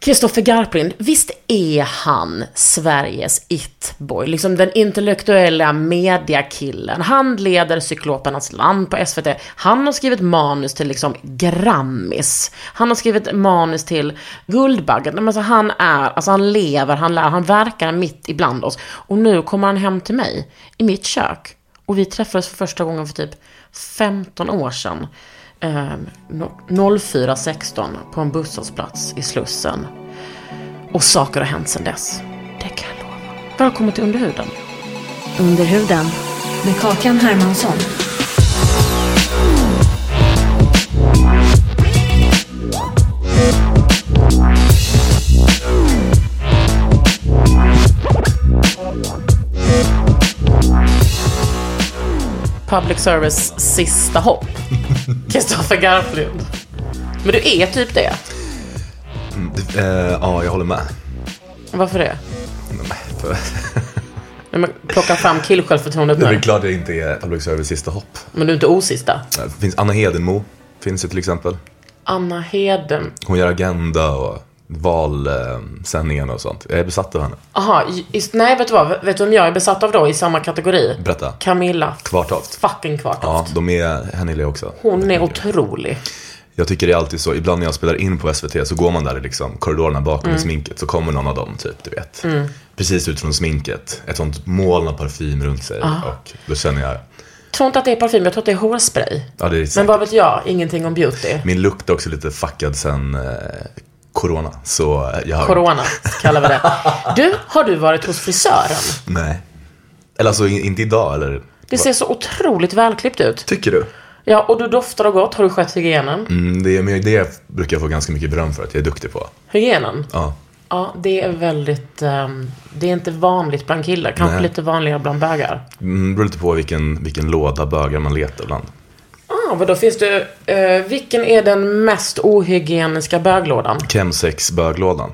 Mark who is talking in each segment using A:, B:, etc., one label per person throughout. A: Kristoffer Garplind, visst är han Sveriges it-boy? Liksom den intellektuella mediakillen. Han leder Cyklopernas land på SVT. Han har skrivit manus till liksom Grammis. Han har skrivit manus till Guldbaggen. Nej, men Alltså han är, alltså han lever, han lär, han verkar mitt ibland oss. Och nu kommer han hem till mig, i mitt kök. Och vi träffades för första gången för typ 15 år sedan. Eh, no- 04.16 på en busshållplats i Slussen. Och saker har hänt sedan dess. Det kan jag lova. Välkommen till Underhuden.
B: Under huden med Kakan Hermansson.
A: Public service sista hopp. Kristoffer Garplind. Men du är typ det.
C: Eh, ja, jag håller med.
A: Varför det?
C: För-
A: Nej, men plocka fram killsjälvförtroendet
C: Det är väl
A: nu.
C: klart det inte är public service sista hopp.
A: Men du är inte osista.
C: Det finns Anna Hedenmo, finns ju till exempel.
A: Anna Heden.
C: Hon gör Agenda och valsändningarna och sånt. Jag är besatt av henne.
A: Aha, just, nej vet du vad? Vet du vem jag är besatt av då i samma kategori?
C: Berätta.
A: Camilla.
C: Kvartoft.
A: Fucking Kvartoft.
C: Ja, de är Hennilja också.
A: Hon är otrolig.
C: Jag tycker det är alltid så, ibland när jag spelar in på SVT så går man där i liksom korridorerna bakom i sminket så kommer någon av dem typ, du vet. Precis ut från sminket, ett sånt moln av parfym runt sig och då känner jag,
A: Jag tror inte att det är parfym, jag tror att det är hårspray.
C: ja det är
A: Men
C: säkert.
A: vad vet jag? Ingenting om beauty.
C: Min lukt är också lite fuckad sen eh, corona, så jag har...
A: Corona kallar vi det. Du, har du varit hos frisören?
C: Nej. Eller alltså in, inte idag eller?
A: Det ser så otroligt välklippt ut.
C: Tycker du?
A: Ja, och du doftar och gott. Har du skött hygienen?
C: Mm, det, men det brukar jag få ganska mycket beröm för att jag är duktig på.
A: Hygienen?
C: Ja.
A: Ja, det är väldigt... ehm, det är inte vanligt bland killar. Kanske
C: Nej.
A: lite vanligare bland bögar.
C: Mm, beror lite på vilken, vilken låda bögar man letar bland.
A: Ah, vadå, finns det... eh, vilken är den mest ohygieniska böglådan?
C: Chemsex böglådan.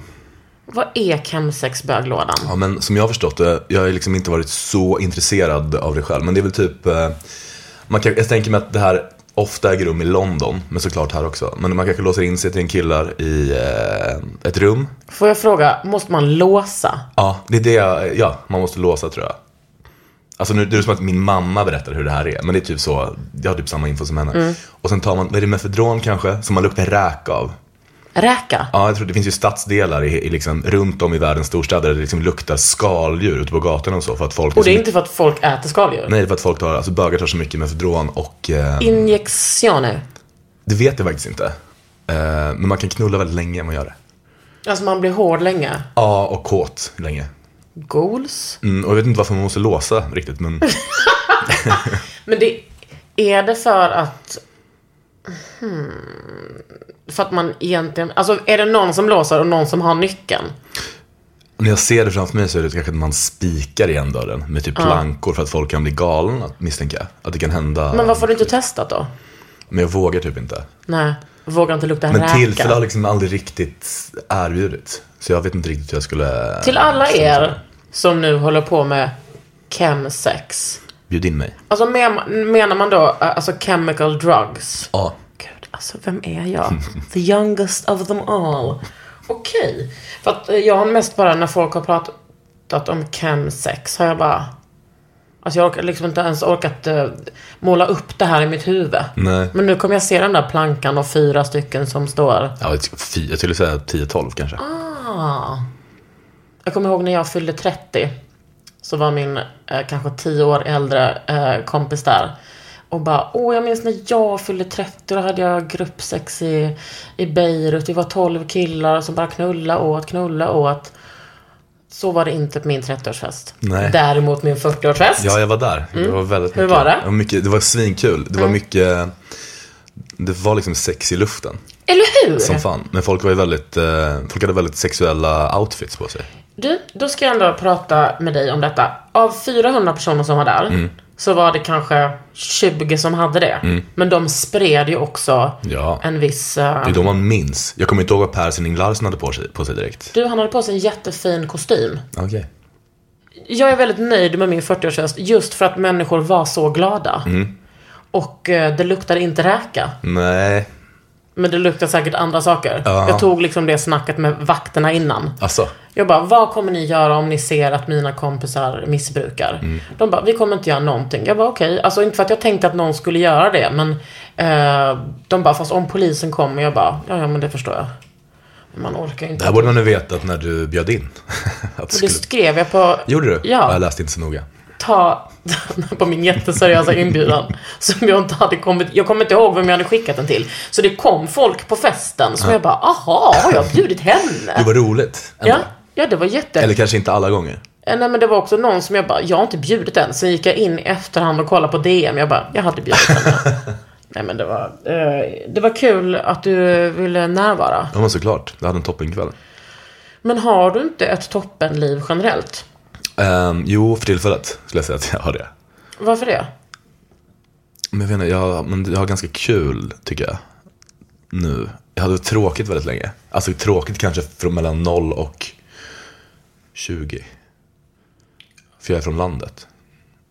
A: Vad är chemsex böglådan?
C: Ja, men som jag har förstått det, jag har liksom inte varit så intresserad av det själv. Men det är väl typ, eh, man kan, jag tänker mig att det här ofta äger rum i London, men såklart här också. Men man kanske låser in sig till en killar i eh, ett rum.
A: Får jag fråga, måste man låsa?
C: Ja, det är det jag, ja, man måste låsa tror jag. Alltså nu det är som att min mamma berättar hur det här är, men det är typ så, jag har typ samma info som henne.
A: Mm.
C: Och sen tar man, vad är det, Mefedron kanske, som man luktar räk av.
A: Räka?
C: Ja, jag tror det finns ju stadsdelar i, i liksom, runt om i världens storstäder där det liksom luktar skaldjur ute på gatorna och så för att folk...
A: Och det är inte för att folk äter skaldjur?
C: Nej, för att folk tar, alltså bögar tar så mycket Mefedron och... Eh,
A: Injektioner?
C: det vet jag faktiskt inte. Eh, men man kan knulla väldigt länge om man gör det.
A: Alltså man blir hård länge.
C: Ja, och kåt länge.
A: Goals?
C: Mm, och jag vet inte varför man måste låsa riktigt, men...
A: Men det... Är det för att... Hmm, för att man egentligen... Alltså är det någon som låser och någon som har nyckeln?
C: När jag ser det framför mig så är det kanske att man spikar igen dörren med typ plankor för att folk kan bli galna, misstänker jag. Att det kan hända.
A: Men varför har du inte testat då?
C: Men jag vågar typ inte.
A: Nej, vågar inte lukta
C: Men
A: räka.
C: tillfälle har liksom aldrig riktigt erbjudits. Så jag vet inte riktigt hur jag skulle... liksom
A: Till alla er som nu håller på med chemsex.
C: Bjud in mig.
A: Alltså men- menar man då eh, alltså chemical drugs?
C: Ja.
A: Gud, alltså vem är jag? The youngest of them all. Okej. För att eh, jag har mest bara när folk har pratat om chemsex har jag bara... Alltså jag har liksom inte ens orkat eh, måla upp det här i mitt huvud.
C: Nej.
A: Men nu kommer jag se den där plankan och fyra stycken som står.
C: Ja, ett- fy- jag skulle säga 10-12 kanske.
A: Ah. Jag kommer ihåg när jag fyllde 30. Så var min eh, kanske 10 år äldre eh, kompis där. Och bara, åh jag minns när jag fyllde 30, då hade jag gruppsex i, i Beirut. Vi var 12 killar som bara knulla åt, knulla åt. Så var det inte på min 30-årsfest.
C: Nej.
A: Däremot min 40-årsfest.
C: Ja, jag var där. Det var väldigt
A: Mm. Hur
C: mycket,
A: var det? Mm.
C: Ja, mycket, det var svinkul. Det var mycket, det var liksom sex i luften
A: Eller hur?
C: som fan. Men folk var ju väldigt, eh, folk hade väldigt sexuella outfits på sig.
A: Du, då ska jag ändå prata med dig om detta. Av 400 personer som var där
C: Mm.
A: så var det kanske 20 som hade det. Men de spred ju också
C: Ja.
A: en viss... eh,
C: Det är de man minns. Jag kommer inte ihåg vad Per Sinding Larsen hade på sig, på sig direkt.
A: Du, han hade på sig en jättefin kostym.
C: Okej.
A: Jag är väldigt nöjd med min 40-årsfest just för att människor var så glada.
C: Mm.
A: Och eh, det luktade inte räka.
C: Nej,
A: Men det luktade säkert andra saker.
C: Ja.
A: Jag tog liksom det snacket med vakterna innan.
C: alltså.
A: Jag bara, vad kommer ni göra om ni ser att mina kompisar missbrukar?
C: Mm.
A: De bara, vi kommer inte göra någonting. Jag bara, okej. Alltså inte för att jag tänkte att någon skulle göra det, men eh, de bara, fast om polisen kommer, jag bara, ja, ja men det förstår jag. Men man orkar ju
C: Det
A: inte.
C: här borde man ju vetat när du bjöd in. Att det
A: Det
C: skulle...
A: skrev jag på,
C: Gjorde du?
A: Ja.
C: Jag läste inte så noga.
A: ta, på min jätteseriösa inbjudan. som jag inte hade kommit, jag kommer inte ihåg vem jag hade skickat den till. Så det kom folk på festen som jag bara, aha, har jag bjudit
C: Det
A: henne?
C: var roligt. ändå.
A: Ja, ja, det var jätte...
C: Eller kanske inte alla gånger.
A: Eh, Nej men det var också någon som jag bara, jag har inte bjudit den. Sen gick jag in i efterhand och kollade på DM. Jag bara, jag hade bjudit den. Nej men det var, eh, det var kul att du ville närvara.
C: Ja, men såklart. Jag hade en toppenkväll.
A: Men har du inte ett toppenliv generellt?
C: Um, jo, för tillfället skulle jag säga att jag har det.
A: Varför det?
C: Men jag vet inte, jag, men jag har ganska kul tycker jag. Nu. Jag hade tråkigt väldigt länge. Alltså tråkigt kanske från mellan 0 och 20. För jag är från landet.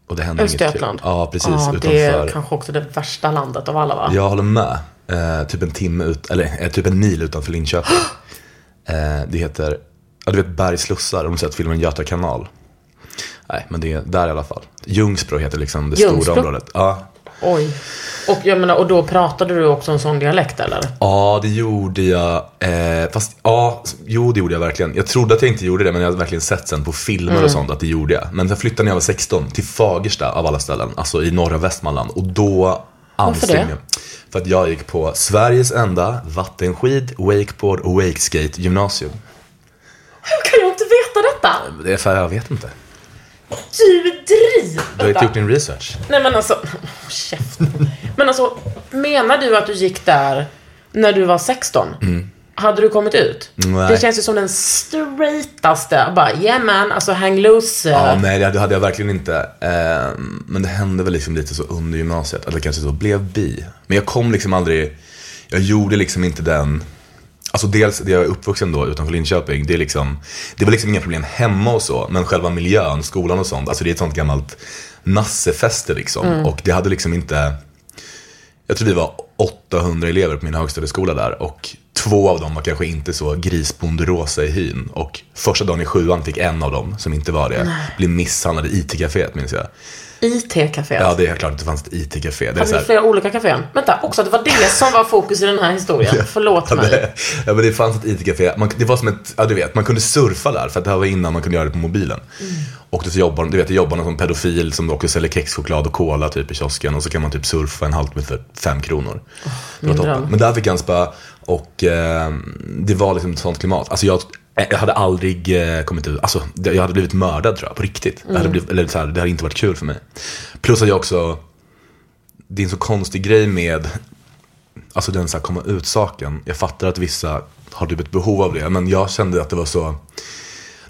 C: Och det händer
A: Östergötland?
C: inget kul. Ja, precis.
A: Ja, det är
C: utanför.
A: kanske också det värsta landet av alla va?
C: Jag håller med. Eh, typ en timme ut, eller eh, typ en mil utanför Linköping. eh, det heter, ja du vet Bergslussar, om du sett filmen Göta kanal. Nej, men det är där i alla fall. Ljungsbro heter liksom det
A: Ljungsbro?
C: stora området. Ja,
A: Oj. Och jag menar, och då pratade du också en sån dialekt eller?
C: Ja, det gjorde jag. Eh, fast ja, jo det gjorde jag verkligen. Jag trodde att jag inte gjorde det, men jag hade verkligen sett sen på filmer och sånt att det gjorde jag. Men sen flyttade när jag var 16 till Fagersta av alla ställen, alltså i norra Västmanland. Och då ansträngde
A: det?
C: jag För att jag gick på Sveriges enda vattenskid, wakeboard och wakeskate gymnasium.
A: Hur kan jag inte veta detta?
C: Det är för jag vet inte.
A: Du driver!
C: Du har inte gjort din research.
A: Nej men alltså, oh, käften. Men alltså, menar du att du gick där när du var 16? Hade du kommit ut?
C: Mm. Nej.
A: Det känns ju som den straightaste. Bara, yeah man, alltså hang loose. eh,
C: Ja, nej, det hade jag verkligen inte. Eh, Men det hände väl liksom lite så under gymnasiet, att jag kanske så blev bi. Men jag kom liksom aldrig, jag gjorde liksom inte den, alltså dels det jag är uppvuxen då utanför Linköping, det är liksom, det var liksom inga problem hemma och så, men själva miljön, skolan och sånt, alltså det är ett sånt gammalt nassefäste liksom. Och det hade liksom inte, jag tror vi var 800 elever på min högstadieskola där och två av dem var kanske inte så grisbonderosa i hyn. Och första dagen i sjuan fick en av dem, som inte var det, bli misshandlad i IT-caféet minns jag.
A: IT-caféet.
C: Ja, det är klart att det fanns ett IT-café. Det är
A: Hade ni
C: så här,
A: Alltså, flera olika kaféer? Vänta, också att det var det som var fokus i den här historien. Förlåt
C: Ja,
A: mig.
C: det, ja, men det fanns ett IT-café. Man, det var som ett, ja du vet, man kunde surfa där för att det här var innan man kunde göra det på mobilen.
A: Mm.
C: Och då så jobbar de- du vet, det jobbar någon som pedofil som också säljer kexchoklad och cola typ i kiosken och så kan man typ surfa en halvtimme för fem kronor. det var
A: min
C: toppen.
A: dröm.
C: Men där fick jag en spö och eh, det var liksom ett sånt klimat. Alltså jag, jag hade aldrig eh, kommit ut, alltså det- jag hade blivit mördad tror jag på riktigt. Jag
A: Mm.
C: hade blivit, eller så här, det hade inte varit kul för mig. Plus att jag också, det är en så konstig grej med Alltså den så här komma ut saken. Jag fattar att vissa har typ ett behov av det. Men jag kände att det var så.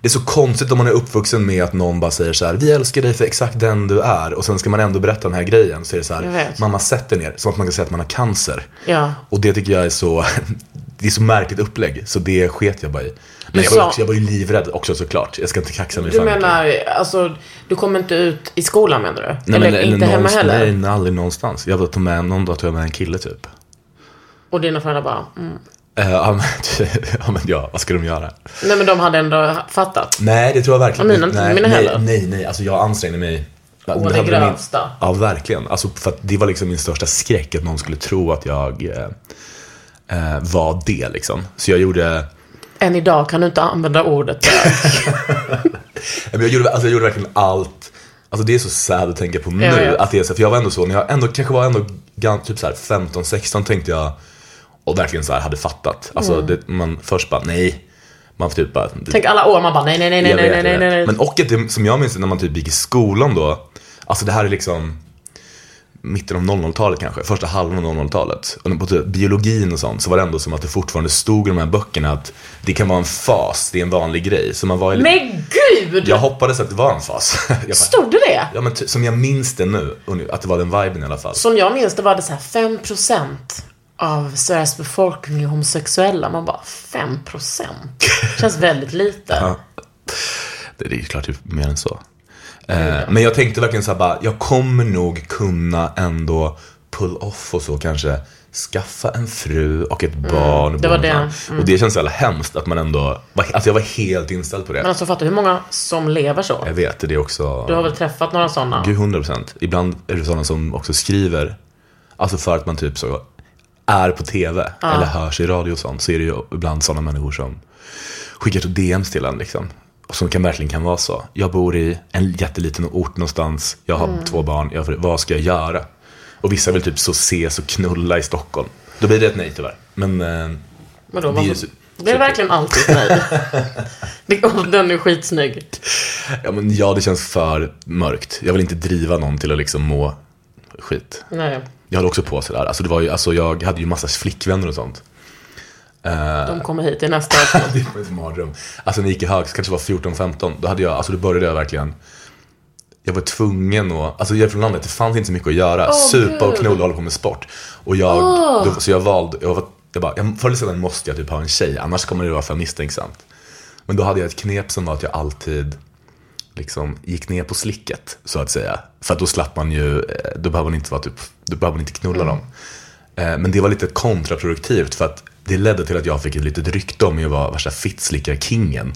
C: Det är så konstigt om man är uppvuxen med att någon bara säger så här. Vi älskar dig för exakt den du är. Och sen ska man ändå berätta den här grejen. Så är det så
A: Jag
C: här.
A: vet.
C: Mamma sätt dig ner. Som att man kan säga att man har cancer.
A: Ja.
C: Och det tycker jag är så. Det är så märkligt upplägg. Så det sket jag bara i. Men jag var,
A: sa-
C: ju också, jag var ju livrädd också såklart. Jag ska inte kaxa mig
A: Du
C: för mycket.
A: menar, alltså, du kom inte ut i skolan menar du?
C: Nej, men-
A: eller, inte hemma
C: någonstans-
A: heller?
C: Nej, nej, aldrig någonstans. Jag tog med, någon dag tog jag med en kille typ.
A: Och dina föräldrar bara, mm.
C: Eh, ja, men, ja, men ja, vad ska de göra?
A: Nej men de hade ändå fattat.
C: Nej, det tror jag verkligen
A: Ja, mina-
C: nej,
A: mina
C: nej,
A: heller.
C: nej, nej, alltså jag ansträngde mig Ja,
A: Å, det
C: här var min-
A: grövsta.
C: Ja, verkligen. Alltså, för att det var liksom min största skräck, att någon skulle tro att jag eh, eh, var det. Liksom. Så jag gjorde,
A: Än idag kan du inte använda ordet bög.
C: Ja, men jag gjorde, alltså, jag gjorde verkligen allt. Alltså det är så sad att tänka på nu.
A: Jag vet.
C: att det är så, här, för jag var ändå så, när jag ändå, kanske var ändå gan- typ så här 15-16 tänkte jag, och verkligen så här hade fattat. Alltså
A: Mm.
C: det, man först bara, nej. Man typ bara,
A: Tänk alla år man bara nej, nej, nej, nej,
C: Jag vet,
A: nej, nej,
C: jag vet.
A: nej, nej.
C: Men och att det, som jag minns det, när man typ gick i skolan då, alltså det här är liksom mitten av 00-talet kanske, första halvan av 00-talet. Och på typ biologin och sånt så var det ändå som att det fortfarande stod i de här böckerna att det kan vara en fas, det är en vanlig grej. Så man var ju lite-
A: Men gud!
C: Jag hoppades att det var en fas. Jag bara,
A: Stod det det?
C: ja, men ty- som jag minns det nu, och nu, att det var den viben i alla fall.
A: Som jag minns det var det så här 5% av Sveriges befolkning är homosexuella. Man bara 5%? Känns väldigt lite.
C: Det det är ju klart typ mer än så. Eh, men jag tänkte verkligen så här bara, jag kommer nog kunna ändå pull off och så kanske skaffa en fru och ett barn. och
A: Mm, det var
C: bo med
A: det.
C: någon. Och det känns så jävla hemskt att man ändå, var- alltså jag var helt inställd på det.
A: Men alltså fattar du hur många som lever så?
C: jag vet, det är också,
A: Du har väl träffat några sådana?
C: gud 100 procent. Ibland är det sådana som också skriver, alltså för att man typ så är på tv eller hörs i radio och sånt, så är det ju ibland sådana människor som skickar så DMs till en liksom. Och som kan, verkligen kan vara så. Jag bor i en jätteliten ort någonstans, jag har
A: Mm.
C: två barn, jag, vad ska jag göra? Och vissa vill typ så ses och knulla i Stockholm. Då blir det ett nej tyvärr. Men eh,
A: Men då,
C: det är ju
A: varför?
C: så-
A: Det är verkligen alltid nej. Det- och Den är skitsnygg.
C: ja, men ja, det känns för mörkt. Jag vill inte driva någon till att liksom må skit.
A: Nej,
C: Jag höll också på sådär. Alltså, det var ju, alltså, jag hade ju massa flickvänner och sånt.
A: de kommer hit i nästa avsnitt.
C: Det var en mardröm. Alltså när jag gick i högst, kanske var 14-15, då hade jag, alltså då började jag verkligen jag var tvungen att, alltså jag är från landet, det fanns inte så mycket att göra. Supa och
A: gud.
C: knulla och hålla på med sport. Och jag, då, så jag valde, jag, var, jag bara, jag, förr eller senare måste jag typ ha en tjej, annars kommer det vara för misstänksamt. Men då hade jag ett knep som var att jag alltid liksom gick ner på slicket, så att säga. För att då slapp man ju, eh, då behöver man inte vara typ, då behöver man inte knulla
A: Mm.
C: dem. Eh, Men det var lite kontraproduktivt för att det ledde till att jag fick ett litet rykte om att jag var värsta fittslickarkingen.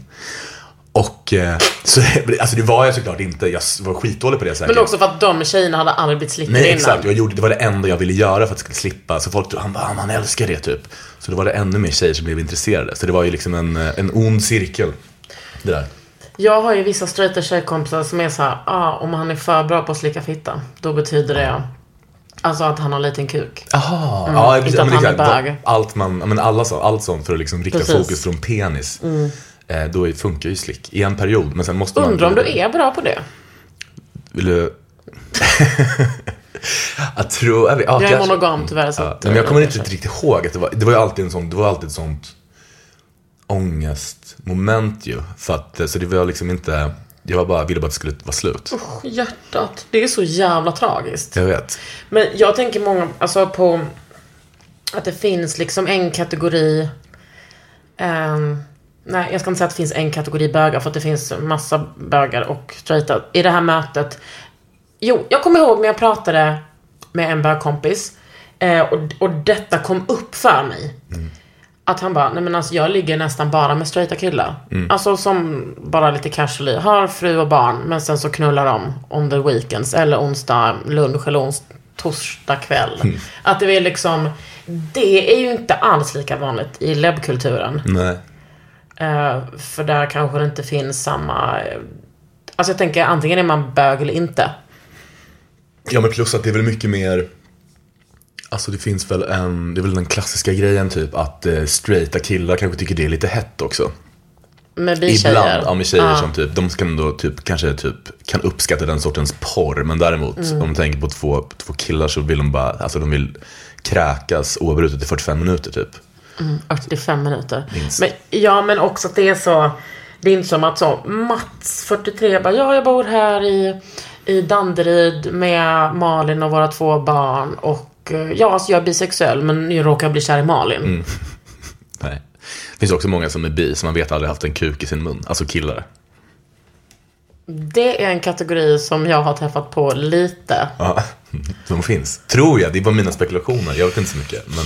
C: Och eh, så, alltså det var jag såklart inte, jag var skitdålig på det säkert.
A: Men också för att de tjejerna hade aldrig blivit slickade
C: Nej
A: innan.
C: exakt, jag gjorde, det var det enda jag ville göra för att slippa. Så folk han bara, "Ah, man älskar det typ. Så då var det ännu mer tjejer som blev intresserade. Så det var ju liksom en, eh, en ond cirkel. Det där.
A: Jag har ju vissa straighta tjejkompisar som är så här, ah, om han är för bra på att slicka fitta, då betyder det alltså att han har liten kuk.
C: Aha, Ah, ja, precis,
A: inte
C: ja,
A: att
C: men
A: han är
C: exakt.
A: bög.
C: Allt, man, ja, men alla, så- allt sånt för att liksom rikta
A: Precis. Mm.
C: fokus från penis. Eh, Då är- funkar ju slick i en period, men sen måste man...
A: Undrar om du är bra på det?
C: Vill du... jag tror... Jag, vet, ja,
A: Jag är
C: kanske.
A: monogam tyvärr så
C: Ja,
A: att,
C: nej, men jag
A: eh,
C: kommer inte riktigt ihåg att det var... Det var ju alltid en sån... Det var alltid ett sånt ångestmoment ju. För att, eh, så det var liksom inte... Jag var bara, ville bara att det skulle vara slut.
A: Hjärtat, det är så jävla tragiskt.
C: Jag vet.
A: Men jag tänker många, alltså på att det finns liksom en kategori ehm, Nej, jag ska inte säga att det finns en kategori bögar för att det finns massa bögar och straighta. I det här mötet Jo, jag kommer ihåg när jag pratade med en bögkompis eh, och, och detta kom upp för mig. Att han bara, nej men alltså jag ligger nästan bara med straighta killar. Alltså som bara lite casually har fru och barn men sen så knullar de on the weekends eller onsdag, lunch eller ons, torsdag kväll. Att det är liksom, det är ju inte alls lika vanligt i lebbkulturen.
C: Nej.
A: Eh, för där kanske det inte finns samma, eh, alltså jag tänker antingen är man bög eller inte.
C: Ja men plus att det är väl mycket mer Alltså det finns väl en, det är väl den klassiska grejen typ att eh, straighta killar kanske tycker det är lite hett också.
A: Med bitjejer.
C: Ibland, ja med tjejer som typ, de kan då typ, kanske typ kan uppskatta den sortens porr. Men däremot om man tänker på två, två killar så vill de bara, alltså de vill kräkas oavbrutet i 45 minuter typ.
A: 45 minuter. Men, ja, men också att det är så... Det är inte som att så, Mats, 43, bara ja, jag bor här i, i Danderyd med Malin och våra två barn. Och eh, ja, alltså jag är bisexuell, men jag råkar bli kär i Malin.
C: Nej. Det finns också många som är bi som man vet aldrig haft en kuk i sin mun, alltså killar.
A: Det är en kategori som jag har träffat på lite.
C: Ja, de finns. Tror jag, det är bara mina spekulationer, jag vet inte så mycket. Men,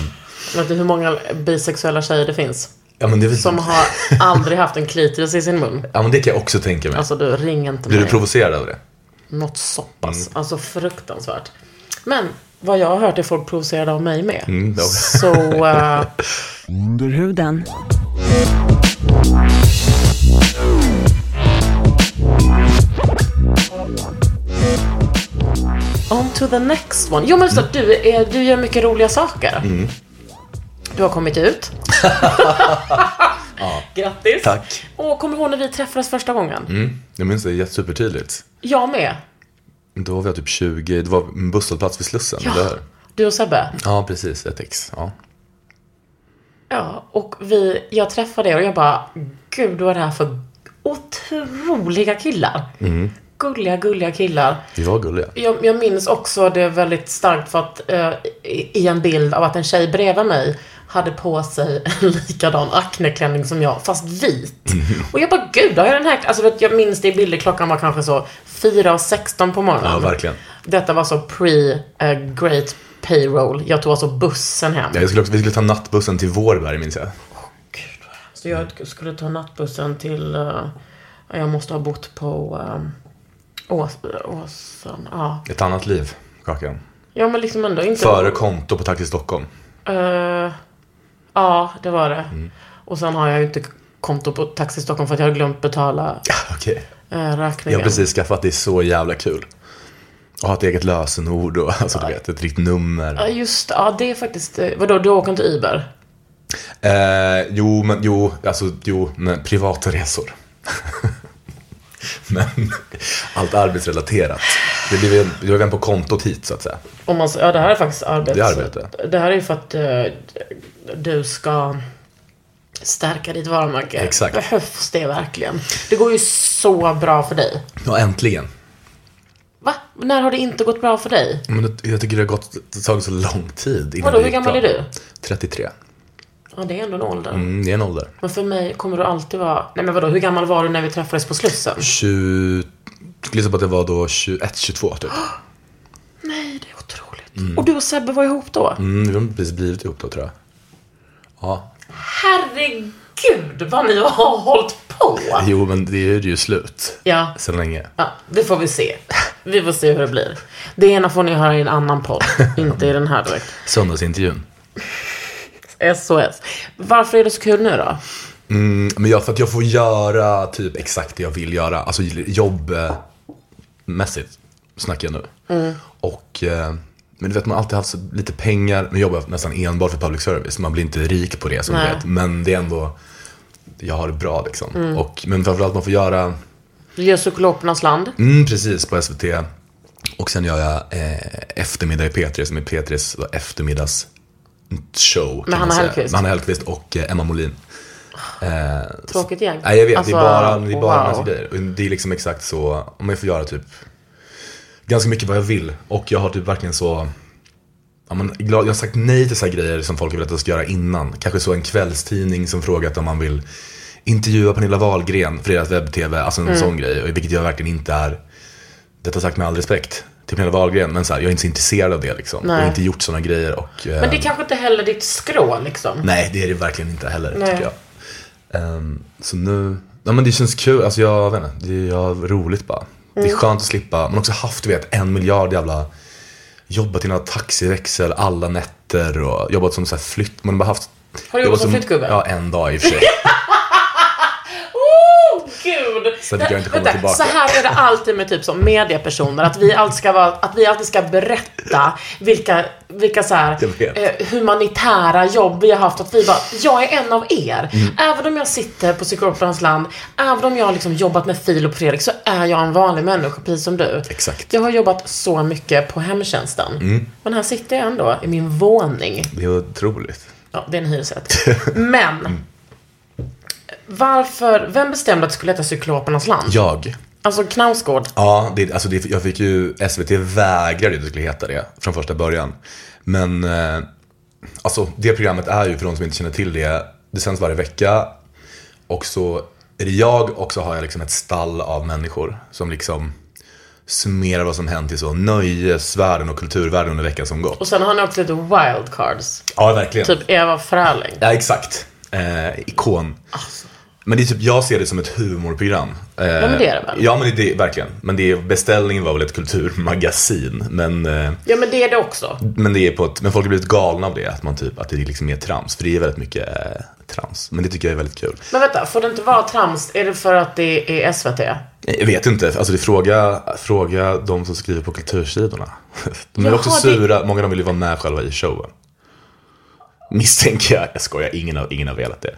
A: Vet du hur många bisexuella tjejer det finns?
C: ja, men det är väl,
A: Som har aldrig haft en klitoris i sin mun.
C: ja men det kan jag också tänka mig.
A: Alltså du, ring inte
C: Blir du
A: mig.
C: provocerad av det?
A: Något så pass. Alltså fruktansvärt. Men vad jag har hört är folk provocerade av mig med.
C: ja.
A: Så eh,
B: Under huden.
A: on to the next one. Jo men så att du, är, du gör mycket roliga saker. Du har kommit ut. Grattis.
C: Tack.
A: Och kommer du ihåg när vi träffades första gången?
C: Jag minns det jätte- supertydligt.
A: Jag med.
C: Då var jag typ 20, det var en busshållplats vid Slussen, ja. eller hur?
A: Du och Sebbe.
C: Ja, precis. Ett ex. Ja.
A: Ja, och vi, jag träffade er och jag bara, gud vad är det här för otroliga killar.
C: Mm.
A: Gulliga, gulliga killar.
C: Vi var gulliga.
A: Jag, jag minns också det väldigt starkt för att eh, i i en bild av att en tjej bredvid mig hade på sig en likadan akneklänning som jag, fast vit. Och jag bara, gud, har jag den här? Alltså, vet, jag minns det i bilder, klockan var kanske så 4.16 på morgonen.
C: Ja, verkligen.
A: Detta var så pre-great payroll. Jag tog alltså bussen hem.
C: Ja, jag skulle också, vi skulle ta nattbussen till Vårberg, minns jag.
A: Gud, vad hemskt. jag skulle ta nattbussen till... eh, jag måste ha bott på uh, Ås, Åsen. Ja.
C: Ett annat liv, Kakan.
A: ja, men liksom ändå inte...
C: Före konto på Taxi Stockholm.
A: Eh, ja, det var det. Och sen har jag ju inte konto på Taxi Stockholm för att jag har glömt betala
C: Okej.
A: uh,
C: Jag
A: räkningen.
C: har precis skaffat, det är så jävla kul. Och ha ett eget lösenord och alltså, du vet, ett riktigt nummer.
A: Ja, just det. Ja, det är faktiskt... eh, Vadå, du åker inte Uber?
C: Eh, jo, men jo, alltså jo, men privata resor. men allt arbetsrelaterat. Det blev en, det blev en på kontot hit så att säga.
A: Om man, s- ja, det här är faktiskt arbete.
C: Det är arbete.
A: Det här är ju för att eh, du ska stärka ditt varumärke.
C: Exakt.
A: Behövs det verkligen? Det går ju så bra för dig.
C: Ja, äntligen.
A: Va? När har det inte gått bra för dig?
C: Men det- jag tycker det har gått, det tagit så lång tid innan
A: Vadå,
C: det
A: hur
C: gick
A: gammal
C: bra.
A: är du?
C: 33.
A: Ja, det är ändå en ålder.
C: Mm, det är en ålder.
A: Men för mig kommer du alltid vara... Nej men vadå, hur gammal var du när vi träffades på Slussen?
C: Mm. 20... Gissa på att det var då 21, 22 typ.
A: Nej, det är otroligt. Och du och Sebbe var ihop då?
C: Mm, vi har precis blivit ihop då tror jag. Ja.
A: Herregud, vad ni har hållit på!
C: Jo, men det är ju slut.
A: Ja.
C: Sedan länge.
A: ja, det får vi se. Vi får se hur det blir. Det ena får ni höra i en annan podd, inte i den här direkt.
C: Söndagsintervjun.
A: SOS. Varför är det så kul nu då?
C: Men jag, för att jag får göra typ exakt det jag vill göra. Alltså jobbmässigt snackar jag nu.
A: Mm.
C: Och, eh, men du vet man har alltid haft så lite pengar. Nu jobbar jag nästan enbart för public service. Man blir inte rik på det som
A: Nej.
C: du vet. Men det är ändå, jag har det bra liksom.
A: Mm.
C: Och, men framförallt man får göra,
A: Du gör Cyklopernas land.
C: mm, precis på SVT. Och sen gör jag eh, eftermiddag i P3 som är P3s eftermiddags show.
A: Med Hanna Hellquist.
C: Med Hanna Hellquist och eh, Emma Molin. Eh,
A: Tråkigt gäng.
C: Nej jag vet, det är bara,
A: Alltså,
C: det är bara en
A: wow.
C: massa grejer. Och Det är liksom exakt så, om jag får göra typ ganska mycket vad jag vill. Och jag har typ verkligen så, ja, men, glad- jag har sagt nej till så här grejer som folk har velat att jag ska göra innan. Kanske så en kvällstidning som frågat om man vill intervjua Pernilla Wahlgren för deras webb-tv, alltså en
A: Mm.
C: sån grej. Och Vilket jag verkligen inte är, detta sagt med all respekt till Pernilla Wahlgren, men så här, jag är inte så intresserad av det liksom.
A: Nej.
C: Jag har inte gjort såna grejer och... eh,
A: Men det är kanske inte heller ditt skrå liksom.
C: Nej, det är det verkligen inte heller,
A: Nej.
C: tycker jag. Ehm, så nu, ja men det känns kul, alltså jag vet inte, det är jag, roligt bara.
A: Mm.
C: Det är skönt att slippa, man har också haft, du vet, en miljard jävla, jobbat i några taxiväxel alla nätter och jobbat som så här flytt, man har bara haft
A: Har du jobbat som flyttgubbe?
C: Ja, en dag i och för sig.
A: Åh, Oh, gud!
C: Så det kan jag inte komma
A: Vänta,
C: tillbaka.
A: Så här är det alltid med typ som mediepersoner, att vi alltid ska, vara, att vi alltid ska berätta vilka, vilka så här,
C: Jag vet.
A: eh, humanitära jobb vi har haft. Att vi bara, jag är en av er.
C: Mm.
A: Även om jag sitter på Psykoperans land, även om jag har liksom jobbat med Filip och Fredrik, så är jag en vanlig människa, precis som du.
C: Exakt.
A: Jag
C: Mm.
A: har jobbat så mycket på hemtjänsten. Men här sitter jag ändå i min våning.
C: Det är otroligt.
A: Ja, det är en hyresrätt.
C: Mm.
A: Men, varför, vem bestämde att det skulle heta Cyklopernas land?
C: Jag,
A: Alltså Knausgård.
C: Ja, det, alltså det, jag fick ju, SVT vägrade ju att det skulle heta det från första början. Men, eh, alltså det programmet är ju, för de som inte känner till det, det sänds varje vecka. Och så är det jag och så har jag liksom ett stall av människor som liksom summerar vad som hänt i så nöjesvärlden och kulturvärlden under veckan som gått. Typ.
A: Och sen har ni också lite wildcards.
C: Ja, verkligen.
A: Typ Eva Fröling.
C: Ja, exakt. Eh, ikon. Men det är typ, jag ser det som ett humorprogram. Eh, ja
A: men det är det väl?
C: Ja men det, det, verkligen. Men det, beställningen var väl ett kulturmagasin. Men, eh,
A: Ja men det är det också.
C: men, det är på ett, men folk har blivit galna av det, att, man typ, att det är liksom mer trams. För det är väldigt mycket eh, trams. Men det tycker jag är väldigt kul.
A: Men vänta, får det inte vara trams? Är det för att det är SVT?
C: Jag vet inte, alltså det är fråga, fråga de som skriver på kultursidorna. De är
A: Jaha,
C: också
A: det-
C: sura, många av dem vill ju vara med själva i showen. Misstänker jag, jag skojar, ingen har, ingen har velat det.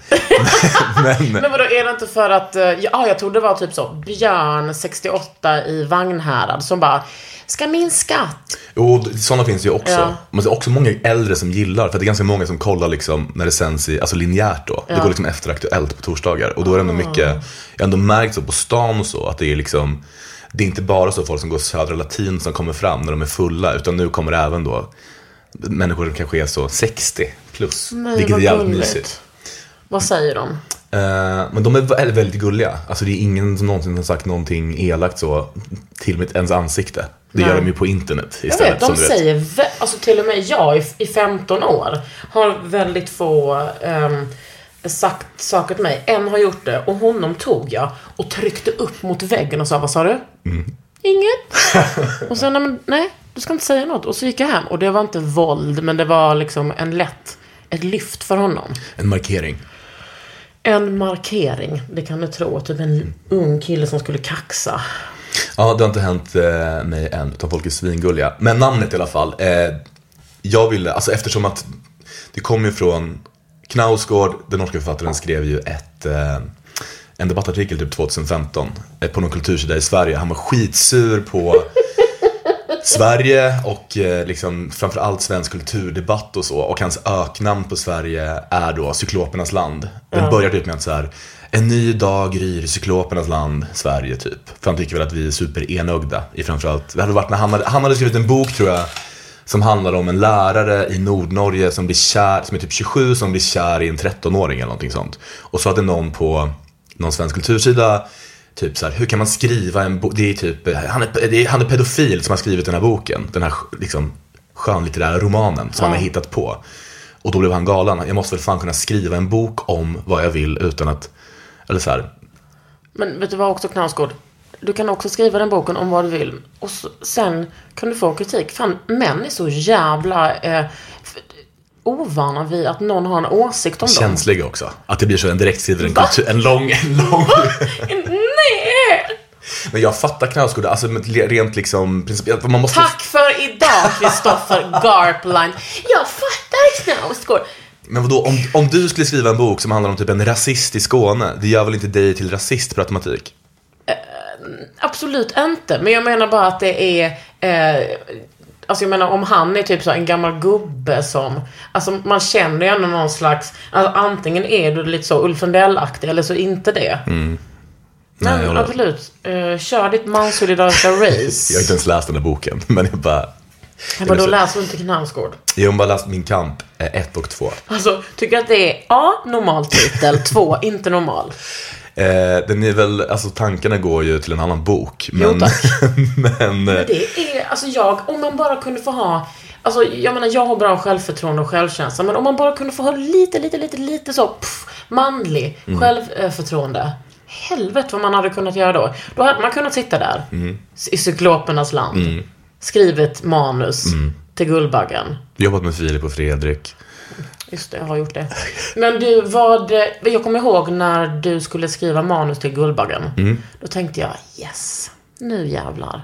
A: Men vadå, är det inte för att, eh, ja jag trodde det var typ så, Björn 68 i Vagnhärad som bara, ska min skatt?
C: Jo, sådana finns ju också.
A: Ja.
C: Men det är också många äldre som gillar, för det är ganska många som kollar liksom när det sänds i, alltså linjärt då. Det går liksom efter Aktuellt på torsdagar. Och då är det ändå
A: Ah.
C: mycket, jag har ändå märkt så på stan och så, att det är liksom, det är inte bara så folk som går Södra Latin som kommer fram när de är fulla, utan nu kommer det även då människor som kanske är så 60 plus.
A: Nej,
C: vilket är
A: vad
C: jävligt
A: gulligt.
C: mysigt.
A: Vad säger de?
C: Eh, men de är vä- väldigt gulliga. Alltså det är ingen som någonsin har sagt någonting elakt så till mitt ens ansikte. Det gör
A: Nej.
C: de ju på internet
A: Jag
C: istället.
A: vet, de
C: som du vet.
A: säger, vä- alltså till och med jag i, i 15 år har väldigt få ehm, sagt saker till mig. En har gjort det och honom tog jag och tryckte upp mot väggen och sa, vad sa du?
C: Mm.
A: Inget. och sen, nej, men, nej, du ska inte säga något. Och så gick jag hem och det var inte våld, men det var liksom en lätt, ett lyft för honom.
C: En markering.
A: En markering, det kan du tro. Typ en ung kille som skulle kaxa.
C: Ja, det har inte hänt eh, mig än, utan folk är svingulliga. Men namnet i alla fall. Eh, jag ville, alltså eftersom att det kommer ju från Knausgård, den norska författaren, skrev ju ett, eh, en debattartikel typ 2015 eh, på någon kultursida i Sverige. Han var skitsur på Sverige och eh, liksom framförallt svensk kulturdebatt och så. Och hans öknamn på Sverige är då Cyklopernas land. Den börjar typ med att så här, en ny dag gryr i cyklopernas land, Sverige typ. För han tycker väl att vi är superenögda i framförallt, det hade varit när han hade, han hade skrivit en bok tror jag, som handlar om en lärare i Nordnorge som blir kär, som är typ 27, som blir kär i en 13-åring eller någonting sånt. Och så hade någon på någon svensk kultursida Typ så här, hur kan man skriva en bok? Det är typ, eh, han är, det är, han är pedofil som har skrivit den här boken. Den här sk- liksom, skönlitterära romanen som han har hittat på. Och då blev han galen. Jag måste väl fan kunna skriva en bok om vad jag vill utan att, eller så här,
A: Men vet du vad också Knausgård? Du kan också skriva den boken om vad du vill. Och så, sen kan du få kritik. Fan, män är så jävla eh, f- ovana vid att någon har en åsikt om dem.
C: känslig också. Att det blir så en direktskriven, en, kultur, en lång, en lång.
A: Nej!
C: Men jag fattar Knausgård, alltså men rent liksom principiellt. Man måste
A: Tack för idag, Kristoffer Garpline. Jag fattar Knausgård.
C: Men vadå, om, om du skulle skriva en bok som handlar om typ en rasist i Skåne, det gör väl inte dig till rasist per automatik?
A: Absolut inte, men jag menar bara att det är... Eh, alltså jag menar om han är typ så en gammal gubbe som... Alltså man känner ju ändå någon slags... Alltså antingen är du lite så Ulf Lundell-aktig eller så inte det.
C: Mm. Nej, jag
A: men
C: håller-
A: absolut, eh, kör ditt manssolidariska race.
C: Jag har inte ens läst den här boken, men jag bara...
A: jag bara, då läser du inte Knausgård.
C: Jag har bara läst Min kamp 1 och 2.
A: Alltså, tycker att det är A. Normal titel, 2. Inte normal.
C: Eh, den är väl, alltså tankarna går ju till en annan bok. Men,
A: Jo, tack.
C: men, eh,
A: Det är, alltså jag, om man bara kunde få ha Alltså jag menar jag har bra självförtroende och självkänsla men om man bara kunde få ha lite, lite, lite, lite så pff, manlig
C: Mm.
A: självförtroende. Helvete vad man hade kunnat göra då. Då hade man kunnat sitta där
C: Mm.
A: i cyklopernas land. Skrivit manus
C: Mm.
A: till Guldbaggen.
C: jag har jobbat med Filip och Fredrik.
A: Just det, jag har gjort det. Men du, vad... eh, Jag kommer ihåg när du skulle skriva manus till Guldbaggen. Då tänkte jag, yes, nu jävlar.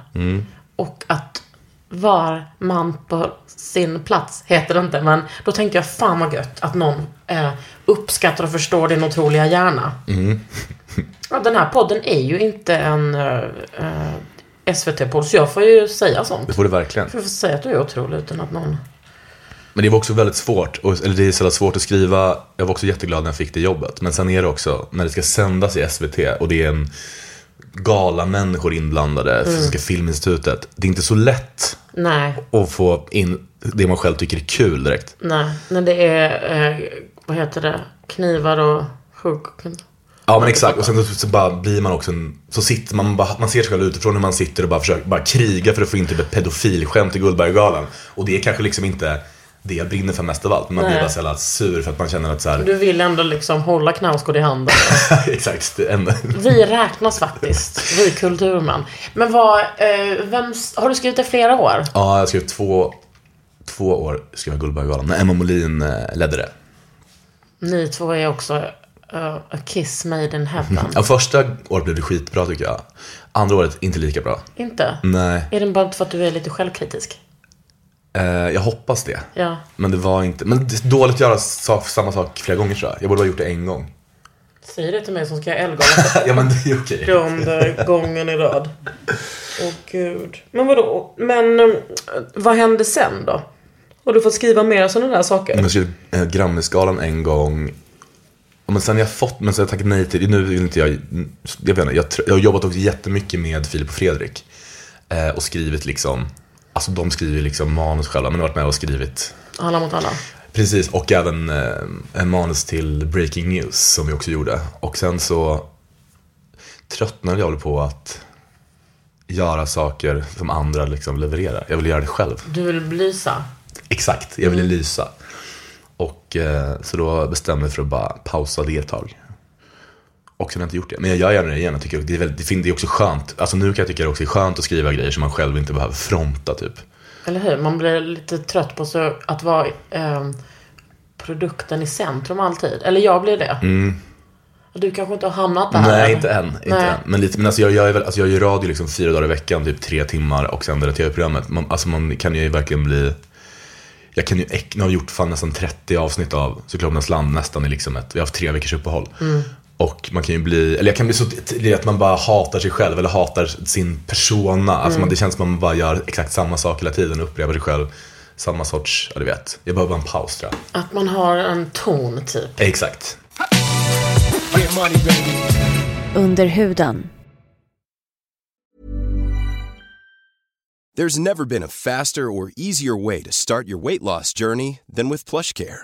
A: Och att var man på sin plats, heter det inte, men då tänkte jag, fan vad gött att någon eh, uppskattar och förstår din otroliga hjärna. Ja, den här podden är ju inte en eh, eh, SVT-podd, så jag får ju säga sånt.
C: Det får det verkligen.
A: Jag får säga att du är otrolig utan att någon...
C: Men det var också väldigt svårt, och, eller det är så jävla svårt att skriva. Jag var också jätteglad när jag fick det jobbet. Men sen är det också, när det ska sändas i SVT och det är en gala människor inblandade, Svenska Filminstitutet. Det är inte så lätt
A: Nej.
C: att få in det man själv tycker är kul direkt.
A: Nej, när det är, eh, vad heter det, knivar och hugg.
C: Ja men exakt, och sen så, så bara blir man också en, så sitter man, bara, man ser sig själv utifrån hur man sitter och bara försöker bara kriga för att få in typ ett pedofilskämt i Guldberggalan. Och det är kanske liksom inte det jag brinner för mest av allt. Men man
A: Nej.
C: blir bara så jävla sur för att man känner att så här,
A: Du vill ändå liksom hålla knallskott i handen.
C: exakt, det är en,
A: Vi räknas faktiskt. Vi kulturmän. Men vad, eh, vem, s- har du skrivit det flera år?
C: ja, jag skrev två, två år skrev jag Guldbaggegalan när Emma Molin eh, ledde det.
A: Ni två är också eh, a kiss made in heaven.
C: Ja, första året blev det skitbra tycker jag. Andra året inte lika bra.
A: Inte?
C: Nej,
A: Är det bara för att du är lite självkritisk?
C: eh, jag hoppas det.
A: Ja.
C: Men det var inte, men det är dåligt att göra sa- samma sak flera gånger tror jag. Jag borde ha gjort det en gång.
A: Säg det till mig som ska jag Ellegalan
C: Ja men det är ju okej.
A: sjunde gången i rad. Åh gud. Men vadå? Men eh, vad hände sen då? Har du fått skriva mer sådana där saker?
C: Jag skrev eh, Grammyskalan en gång. Ja, Men sen har jag fått, men sen har jag tackat nej till, nu vill inte jag, jag vet inte, jag, tr- jag har jobbat också jättemycket med Filip och Fredrik. Eh, och skrivit liksom, alltså de skriver liksom manus själva, men jag har varit med och skrivit.
A: Alla mot alla.
C: Precis, och även eh, en manus till Breaking News som vi också gjorde. Och sen så tröttnade jag väl på att göra saker som andra liksom levererar. Jag vill göra det själv.
A: Du vill belysa.
C: Exakt, jag ville lysa. Och eh, så då bestämde jag mig för att bara pausa det ett tag. Och sen har jag inte gjort det. Men jag gör gärna det igen. Jag tycker det, är väldigt, det fin- det är också skönt. Alltså nu kan jag tycka det också är skönt att skriva grejer som man själv inte behöver fronta typ.
A: Eller hur? Man blir lite trött på så att vara ehm, produkten i centrum alltid. Eller jag blir det. Du kanske inte har hamnat där?
C: Mm. Nej,
A: eller?
C: inte än. Inte
A: Nej.
C: än. Men, lite, men alltså jag, jag, är väl, alltså jag gör ju radio liksom fyra dagar i veckan, typ tre timmar och sen det där tv-programmet. Man, alltså man kan ju verkligen bli... Jag kan ju, äck- nu har vi gjort fan nästan 30 avsnitt av Cyklopernas land nästan i liksom ett, vi har haft tre veckors uppehåll. Och man kan ju bli, eller jag kan bli så till att man bara hatar sig själv eller hatar sin persona. Alltså man, det känns som att man bara gör exakt samma sak hela tiden, upprepar sig själv. Samma sorts, ja du vet. Jag behöver bara en paus tror jag.
A: Att man har en ton typ.
C: Exakt.
B: Under huden.
D: There's never been a faster or easier way to start your weight loss journey than with PlushCare.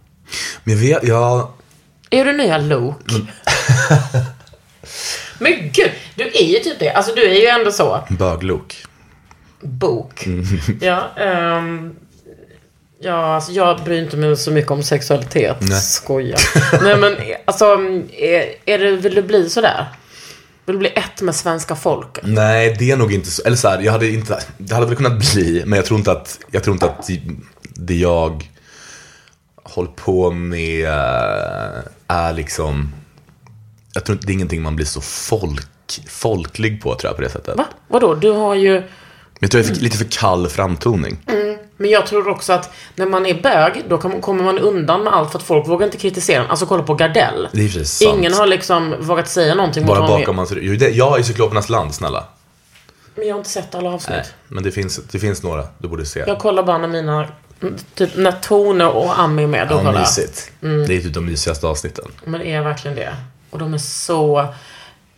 C: Men jag vet, jag...
A: Är du nya Luke?
C: Mm.
A: Men gud, du är ju typ det. Alltså du är ju ändå så.
C: Böglok.
A: Bok.
C: Mm.
A: Ja, ehm, ja alltså, jag bryr inte mig så mycket om sexualitet.
C: Nej.
A: Skoja. Nej men alltså, är, är det, vill du bli sådär? Vill du bli ett med svenska folket?
C: Nej, det är nog inte så. Eller så här, jag hade inte, det hade väl kunnat bli, men jag tror inte att, jag tror inte att det jag håller på med eh, är liksom, jag tror inte det är ingenting man blir så folk, folklig på tror jag på det sättet.
A: Va? Vadå? Du har ju...
C: Men jag tror jag fick lite för kall framtoning.
A: Men jag tror också att när man är bög, då kan- kommer man undan med allt för att folk vågar inte kritisera en. Alltså kolla på Gardell.
C: Det är i och för sig sant.
A: Ingen har liksom vågat säga någonting
C: Bara
A: honom.
C: bakom hans rygg. Jo, det- Jag är Cyklopernas land, snälla.
A: Men jag har inte sett alla avsnitt.
C: Nej, men det finns, det finns några du borde se.
A: Jag kollar bara när mina, typ när Tone och Ami är med. Då
C: Ja,
A: kollar Mm. jag.
C: mysigt. Det är typ de mysigaste avsnitten.
A: Men det är verkligen det. Och de är så,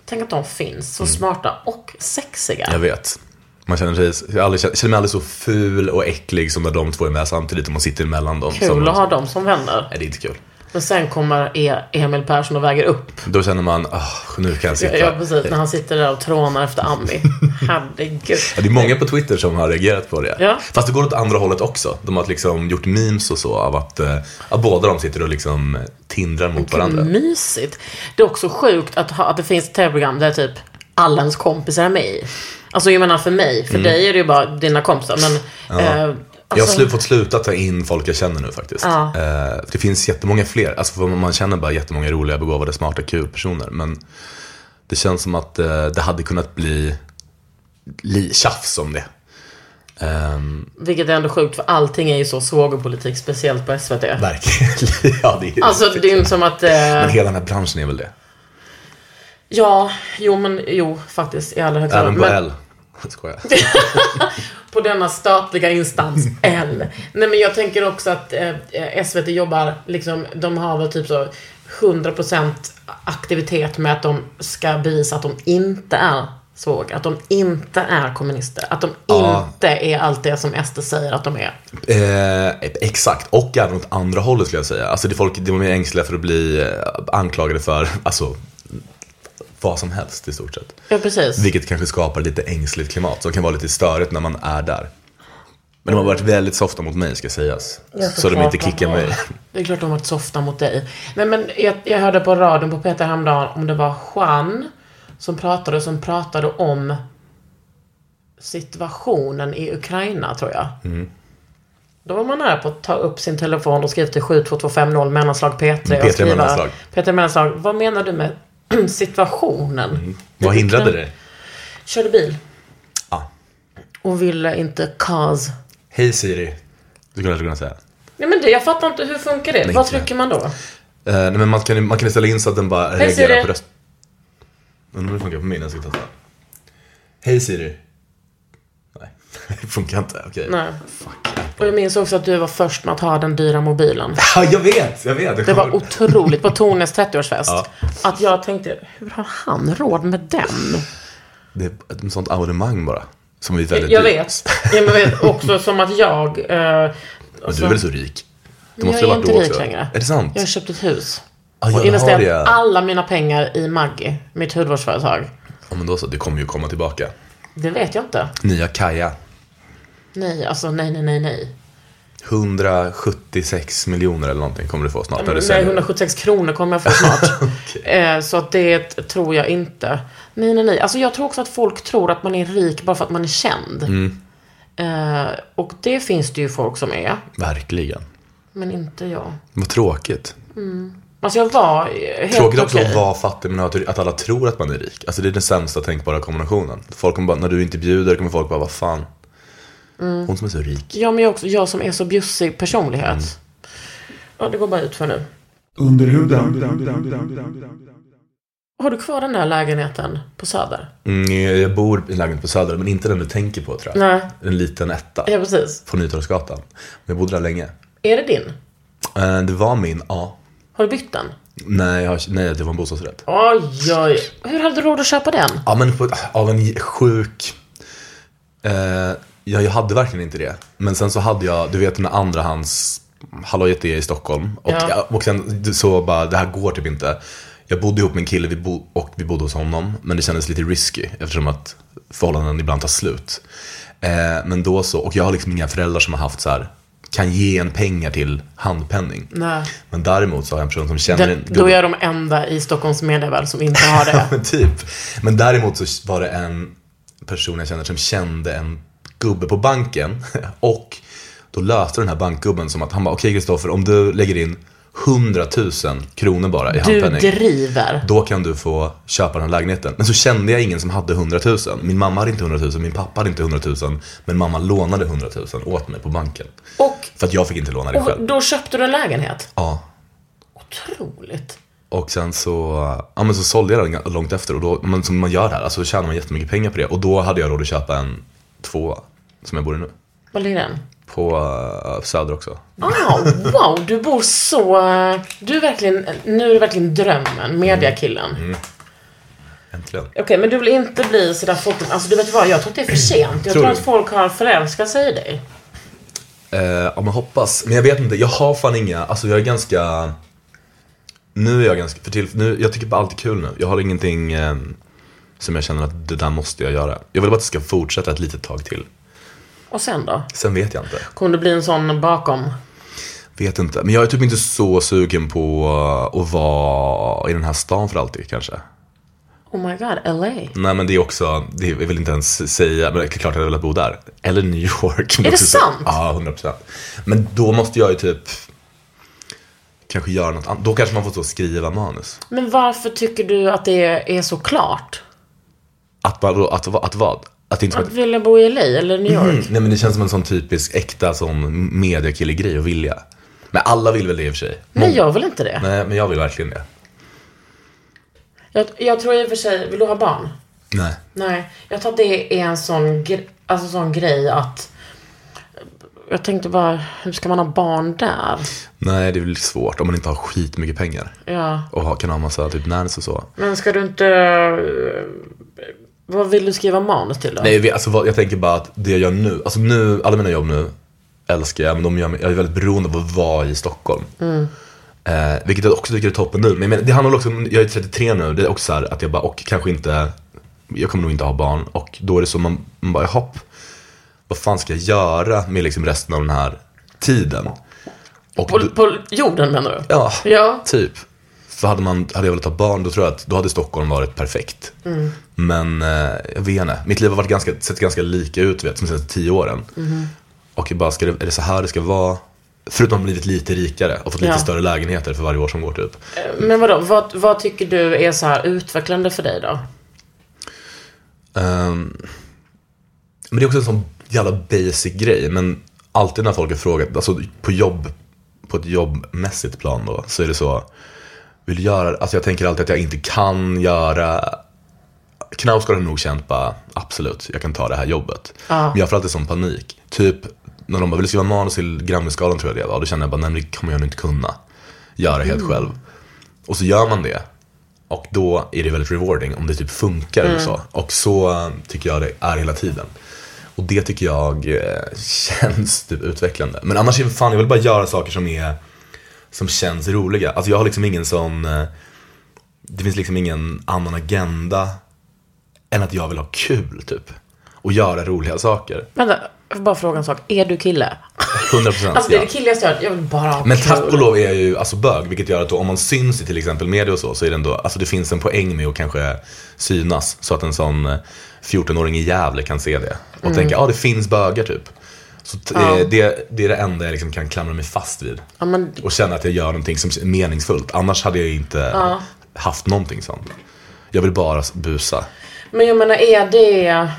A: tänk att de finns. Så
C: Mm.
A: smarta och sexiga.
C: Jag vet. Man känner, sig, jag har aldrig, känner mig aldrig så ful och äcklig som när de två är med samtidigt och man sitter mellan dem.
A: Kul
C: som,
A: att ha dem som vänner.
C: Nej, det är inte kul.
A: Men sen kommer E- Emil Persson och väger upp.
C: Då känner man, "Ah, nu kan jag sitta.
A: Ja, precis. När han sitter där och trånar efter Ami. Herregud.
C: Ja, det är många på Twitter som har reagerat på det.
A: Ja.
C: Fast det går åt andra hållet också. De har liksom gjort memes och så av att, eh, att båda de sitter och liksom tindrar mot varandra.
A: Mysigt. Det är också sjukt att, ha, att det finns ett tv-program där typ alla ens kompisar är med i. Alltså jag menar för mig, för dig är det ju bara dina kompisar. Men eh,
C: Mm. Jag har slu- fått sluta ta in folk jag känner nu faktiskt. Eh, det finns jättemånga fler. Alltså, för man känner bara jättemånga roliga, begåvade, smarta, kul personer. Men det känns som att eh, det hade kunnat bli li- tjafs om det. Ehm,
A: Vilket är ändå sjukt för allting är ju så svågerpolitik, speciellt på SVT.
C: verkligen. ja, det är
A: Alltså det är ju inte som att... Eh,
C: Men hela den här branschen är väl det.
A: ja, jo men jo faktiskt i allra högsta
C: Även på
A: men-
C: L. Jag skojar.
A: på denna statliga instans L. Nej men jag tänker också att eh, eh, SVT jobbar, liksom, de har väl typ så 100% aktivitet med att de ska bevisa att de inte är svåg, att de inte är kommunister, att de
C: Ja.
A: inte är allt det som SD säger att de är.
C: Eh, exakt, och även åt andra hållet skulle jag säga. Alltså det är folk, de är ängsliga för att bli eh, anklagade för, alltså, vad som helst i stort sett.
A: Ja precis.
C: Vilket kanske skapar lite ängsligt klimat som kan vara lite störigt när man är där. Men de har varit väldigt softa mot mig ska sägas. Så de inte kickar mig.
A: Det är klart de har varit softa mot dig. Nej men jag, jag hörde på radion på Peter häromdagen om det var Juan som pratade, som pratade om situationen i Ukraina tror jag.
C: Mm.
A: Då var man nära på att ta upp sin telefon och skriva till 72250 mellanslag P3
C: P3
A: och skriva
C: mellanslag.
A: P3 mellanslag. Vad menar du med situationen?
C: Vad hindrade dig?
A: Körde bil
C: Ja.
A: och ville inte cause.
C: Hej Siri. Du skulle jag kunna säga.
A: Nej men det, jag fattar inte, hur funkar det?
C: Nej,
A: Vad
C: inte.
A: trycker man då?
C: Eh, nej, men man kan, man kan ställa in så att den bara reagerar
A: Siri.
C: på röst. Undrar om det funkar på min, jag ska testa. Hej Siri. Nej, det funkar inte. Okej.
A: Nej. Och jag minns också att du var först med att ha den dyra mobilen.
C: Ja, jag vet, jag vet. Jag
A: Det var
C: kommer-
A: otroligt på Tornes 30-årsfest.
C: Ja.
A: Att jag tänkte, hur har han råd med den?
C: det är ett sånt abonnemang bara. Som vi är väldigt
A: Jag
C: dyrt.
A: vet. Jag vet också som att jag... Eh,
C: Men
A: alltså,
C: du är väl så rik? Det
A: men
C: måste
A: jag
C: ha
A: är
C: varit
A: inte
C: då
A: rik
C: också.
A: längre.
C: Är det sant?
A: Jag har köpt ett hus.
C: Ja, jag
A: Och
C: har
A: investerat
C: det.
A: alla mina pengar i Maggi, mitt hudvårdsföretag.
C: Ja, men då så. Det kommer ju komma tillbaka.
A: Det vet jag inte.
C: Nya Kaja.
A: Nej, alltså nej, nej, nej, nej.
C: 176 miljoner eller någonting kommer du få snart. när du
A: Nej,
C: säljer.
A: 176 kronor kommer jag få snart. eh, så att det tror jag inte. Nej, nej, nej. Alltså jag tror också att folk tror att man är rik bara för att man är känd.
C: Mm.
A: Eh, och det finns det ju folk som är,
C: Verkligen.
A: men inte jag.
C: Vad tråkigt.
A: Alltså jag var eh, helt
C: Tråkigt också
A: okej.
C: att vara fattig men att att alla tror att man är rik. Alltså det är den sämsta tänkbara kombinationen. Folk kommer bara, när du inte bjuder kommer folk bara, vad fan.
A: Mm.
C: Hon som är så rik.
A: Ja, men jag, också, jag som är så bjussig personlighet.
C: Mm.
A: Ja, det går bara ut för nu. Har du kvar den där lägenheten på Söder?
C: Mm, jag bor i en lägenhet på Söder, men inte den du tänker på tror jag.
A: Nej.
C: En liten etta.
A: Ja, precis.
C: På Nytorgsgatan. Men jag bodde där länge.
A: Är det din?
C: Eh, Det var min, ja.
A: Har du bytt den?
C: Nej, jag, har- nej, det var en bostadsrätt.
A: Oj, oj. Hur hade du råd att köpa den?
C: Ja, men på, av en sjuk... Eh, ja, jag hade verkligen inte det. Men sen så hade jag, du vet den andrahands hallojet är i Stockholm. Och,
A: Ja.
C: och sen så bara, det här går typ inte. Jag bodde ihop med en kille vi bo, och vi bodde hos honom. Men det kändes lite risky eftersom att förhållanden ibland tar slut. Eh, men då så, och jag har liksom inga föräldrar som har haft så här, kan ge en pengar till handpenning.
A: Nej.
C: Men däremot så har jag en person som känner en
A: Den, då är jag de enda i Stockholms medievärld som inte har
C: Ja,
A: det.
C: men typ. Men däremot så var det en person jag känner som kände en gubbe på banken. Och då löste den här bankgubben som att han bara, okej Kristoffer, om du lägger in 100 000 kronor bara i
A: Du
C: handpenning.
A: driver.
C: Då kan du få köpa den här lägenheten. Men så kände jag ingen som hade 100 000. Min mamma hade inte 100 000, min pappa hade inte 100 000. Men mamma lånade 100 000 åt mig på banken.
A: Och,
C: För att jag fick inte låna det
A: och
C: själv.
A: då köpte du en lägenhet.
C: Ja.
A: Otroligt.
C: Och sen så, ja, men så sålde jag den ganska långt efter och då, men som man gör här, alltså tjänar man jättemycket pengar på det. Och då hade jag råd att köpa en tvåa som jag bor i nu.
A: Var ligger den?
C: På eh, Söder också.
A: Ah, wow, du bor så... eh, Du är verkligen... Nu är du verkligen drömmen, mediakillen.
C: Mm. Äntligen.
A: Okej, men du vill inte bli sådär folk... Alltså du vet vad, jag tror att det är för sent. Jag
C: Tror
A: tror
C: du?
A: att folk har förälskat sig i dig.
C: Eh, ja men hoppas. Men jag vet inte, jag har fan inga, alltså jag är ganska Nu är jag ganska, för till, nu, jag tycker bara allt är kul nu. Jag har ingenting eh, som jag känner att det där måste jag göra. Jag vill bara att det ska fortsätta ett litet tag till.
A: Och sen då?
C: Sen vet jag inte.
A: Kommer du bli en sån bakom?
C: Vet inte. Men jag är typ inte så sugen på att vara i den här stan för alltid kanske.
A: Oh my god, LA.
C: Nej men det är också, det är- jag vill inte ens säga, men det är klart att jag hade velat bo där. Eller New York.
A: Är det
C: Så-
A: sant?
C: Ja, 100 procent. Men då måste jag ju typ kanske göra något annat. Då kanske man får stå och skriva manus.
A: Men varför tycker du att det är så klart?
C: Att, vadå? att, att, att vad? Att det inte
A: Att vilja bo i LA eller New York?
C: Nej men det känns som en sån typisk äkta sån mediekillegrej att vilja. Men alla vill väl det i och för sig.
A: Nej, jag vill inte det.
C: Nej men jag vill verkligen det.
A: Jag, jag tror i och för sig, vill du ha barn?
C: Nej.
A: Nej, jag tror att det är en sån, gre- alltså sån grej att... Jag tänkte bara, hur ska man ha barn där?
C: Nej det är väl svårt om man inte har skitmycket pengar.
A: Ja.
C: Och ha- kan ha massa typ nannies och så.
A: Men ska du inte... eh, Vad vill du skriva manus till då?
C: Nej, vi- alltså, vad- jag tänker bara att det jag gör nu, alltså nu, alla mina jobb nu älskar jag, men de gör mig, jag är väldigt beroende av att vara i Stockholm. Eh, vilket jag också tycker är toppen nu. Men jag menar, det handlar väl också om, jag är 33 nu, det är också så här att jag bara, och kanske inte, jag kommer nog inte ha barn. Och då är det så, man, man bara, hopp, vad fan ska jag göra med liksom resten av den här tiden? Och
A: På,
C: då-
A: på jorden menar du?
C: Ja,
A: Ja.
C: typ. För hade, man, hade jag velat ha barn då tror jag att då hade Stockholm varit perfekt.
A: Mm.
C: Men eh, jag vet inte. Mitt liv har varit ganska, sett ganska lika ut vet, som de senaste tio åren.
A: Mm-hmm.
C: Och jag bara, ska det, är det så här det ska vara? Förutom att ha blivit lite rikare och fått lite
A: Ja.
C: större lägenheter för varje år som går typ.
A: Men vadå, vad, vad tycker du är så här utvecklande för dig då?
C: Ehm, men det är också en sån jävla basic grej. Men alltid när folk har frågat, alltså på jobb, på ett jobbmässigt plan då, så är det så. Vill du göra, alltså jag tänker alltid att jag inte kan göra. Knausgård har nog känt bara, absolut, jag kan ta det här jobbet. Men jag får alltid sån panik. Typ när de bara, vill du skriva manus till Grammyskalan tror jag det var. Då känner jag bara, nej men det kommer jag nog inte kunna göra helt själv. Och så gör man det. Och då är det väldigt rewarding om det typ funkar
A: Mm.
C: eller så. Och så eh, tycker jag det är hela tiden. Och det tycker jag eh, känns typ utvecklande. Men annars är det fan, jag vill bara göra saker som är som känns roliga. Alltså jag har liksom ingen sån, eh, det finns liksom ingen annan agenda än att jag vill ha kul typ. Och göra roliga saker.
A: Vänta, jag får bara fråga en sak. Är du kille?
C: 100% procent.
A: Alltså det är det killigaste jag hört. Jag vill bara ha
C: Men
A: kul.
C: tack och lov är jag ju alltså bög, vilket gör att då, om man syns i till exempel media och så, så är det ändå, alltså det finns en poäng med att kanske synas, så att en sån eh, 14-åring i Gävle kan se det och tänka, ja ah, det finns bögar typ. Så t- eh, det, det är det enda jag liksom kan klamra mig fast vid.
A: Ja, men
C: Och känna att jag gör någonting som är meningsfullt, annars hade jag inte haft någonting sånt. Jag vill bara s- busa.
A: Men jag menar, är det... eh,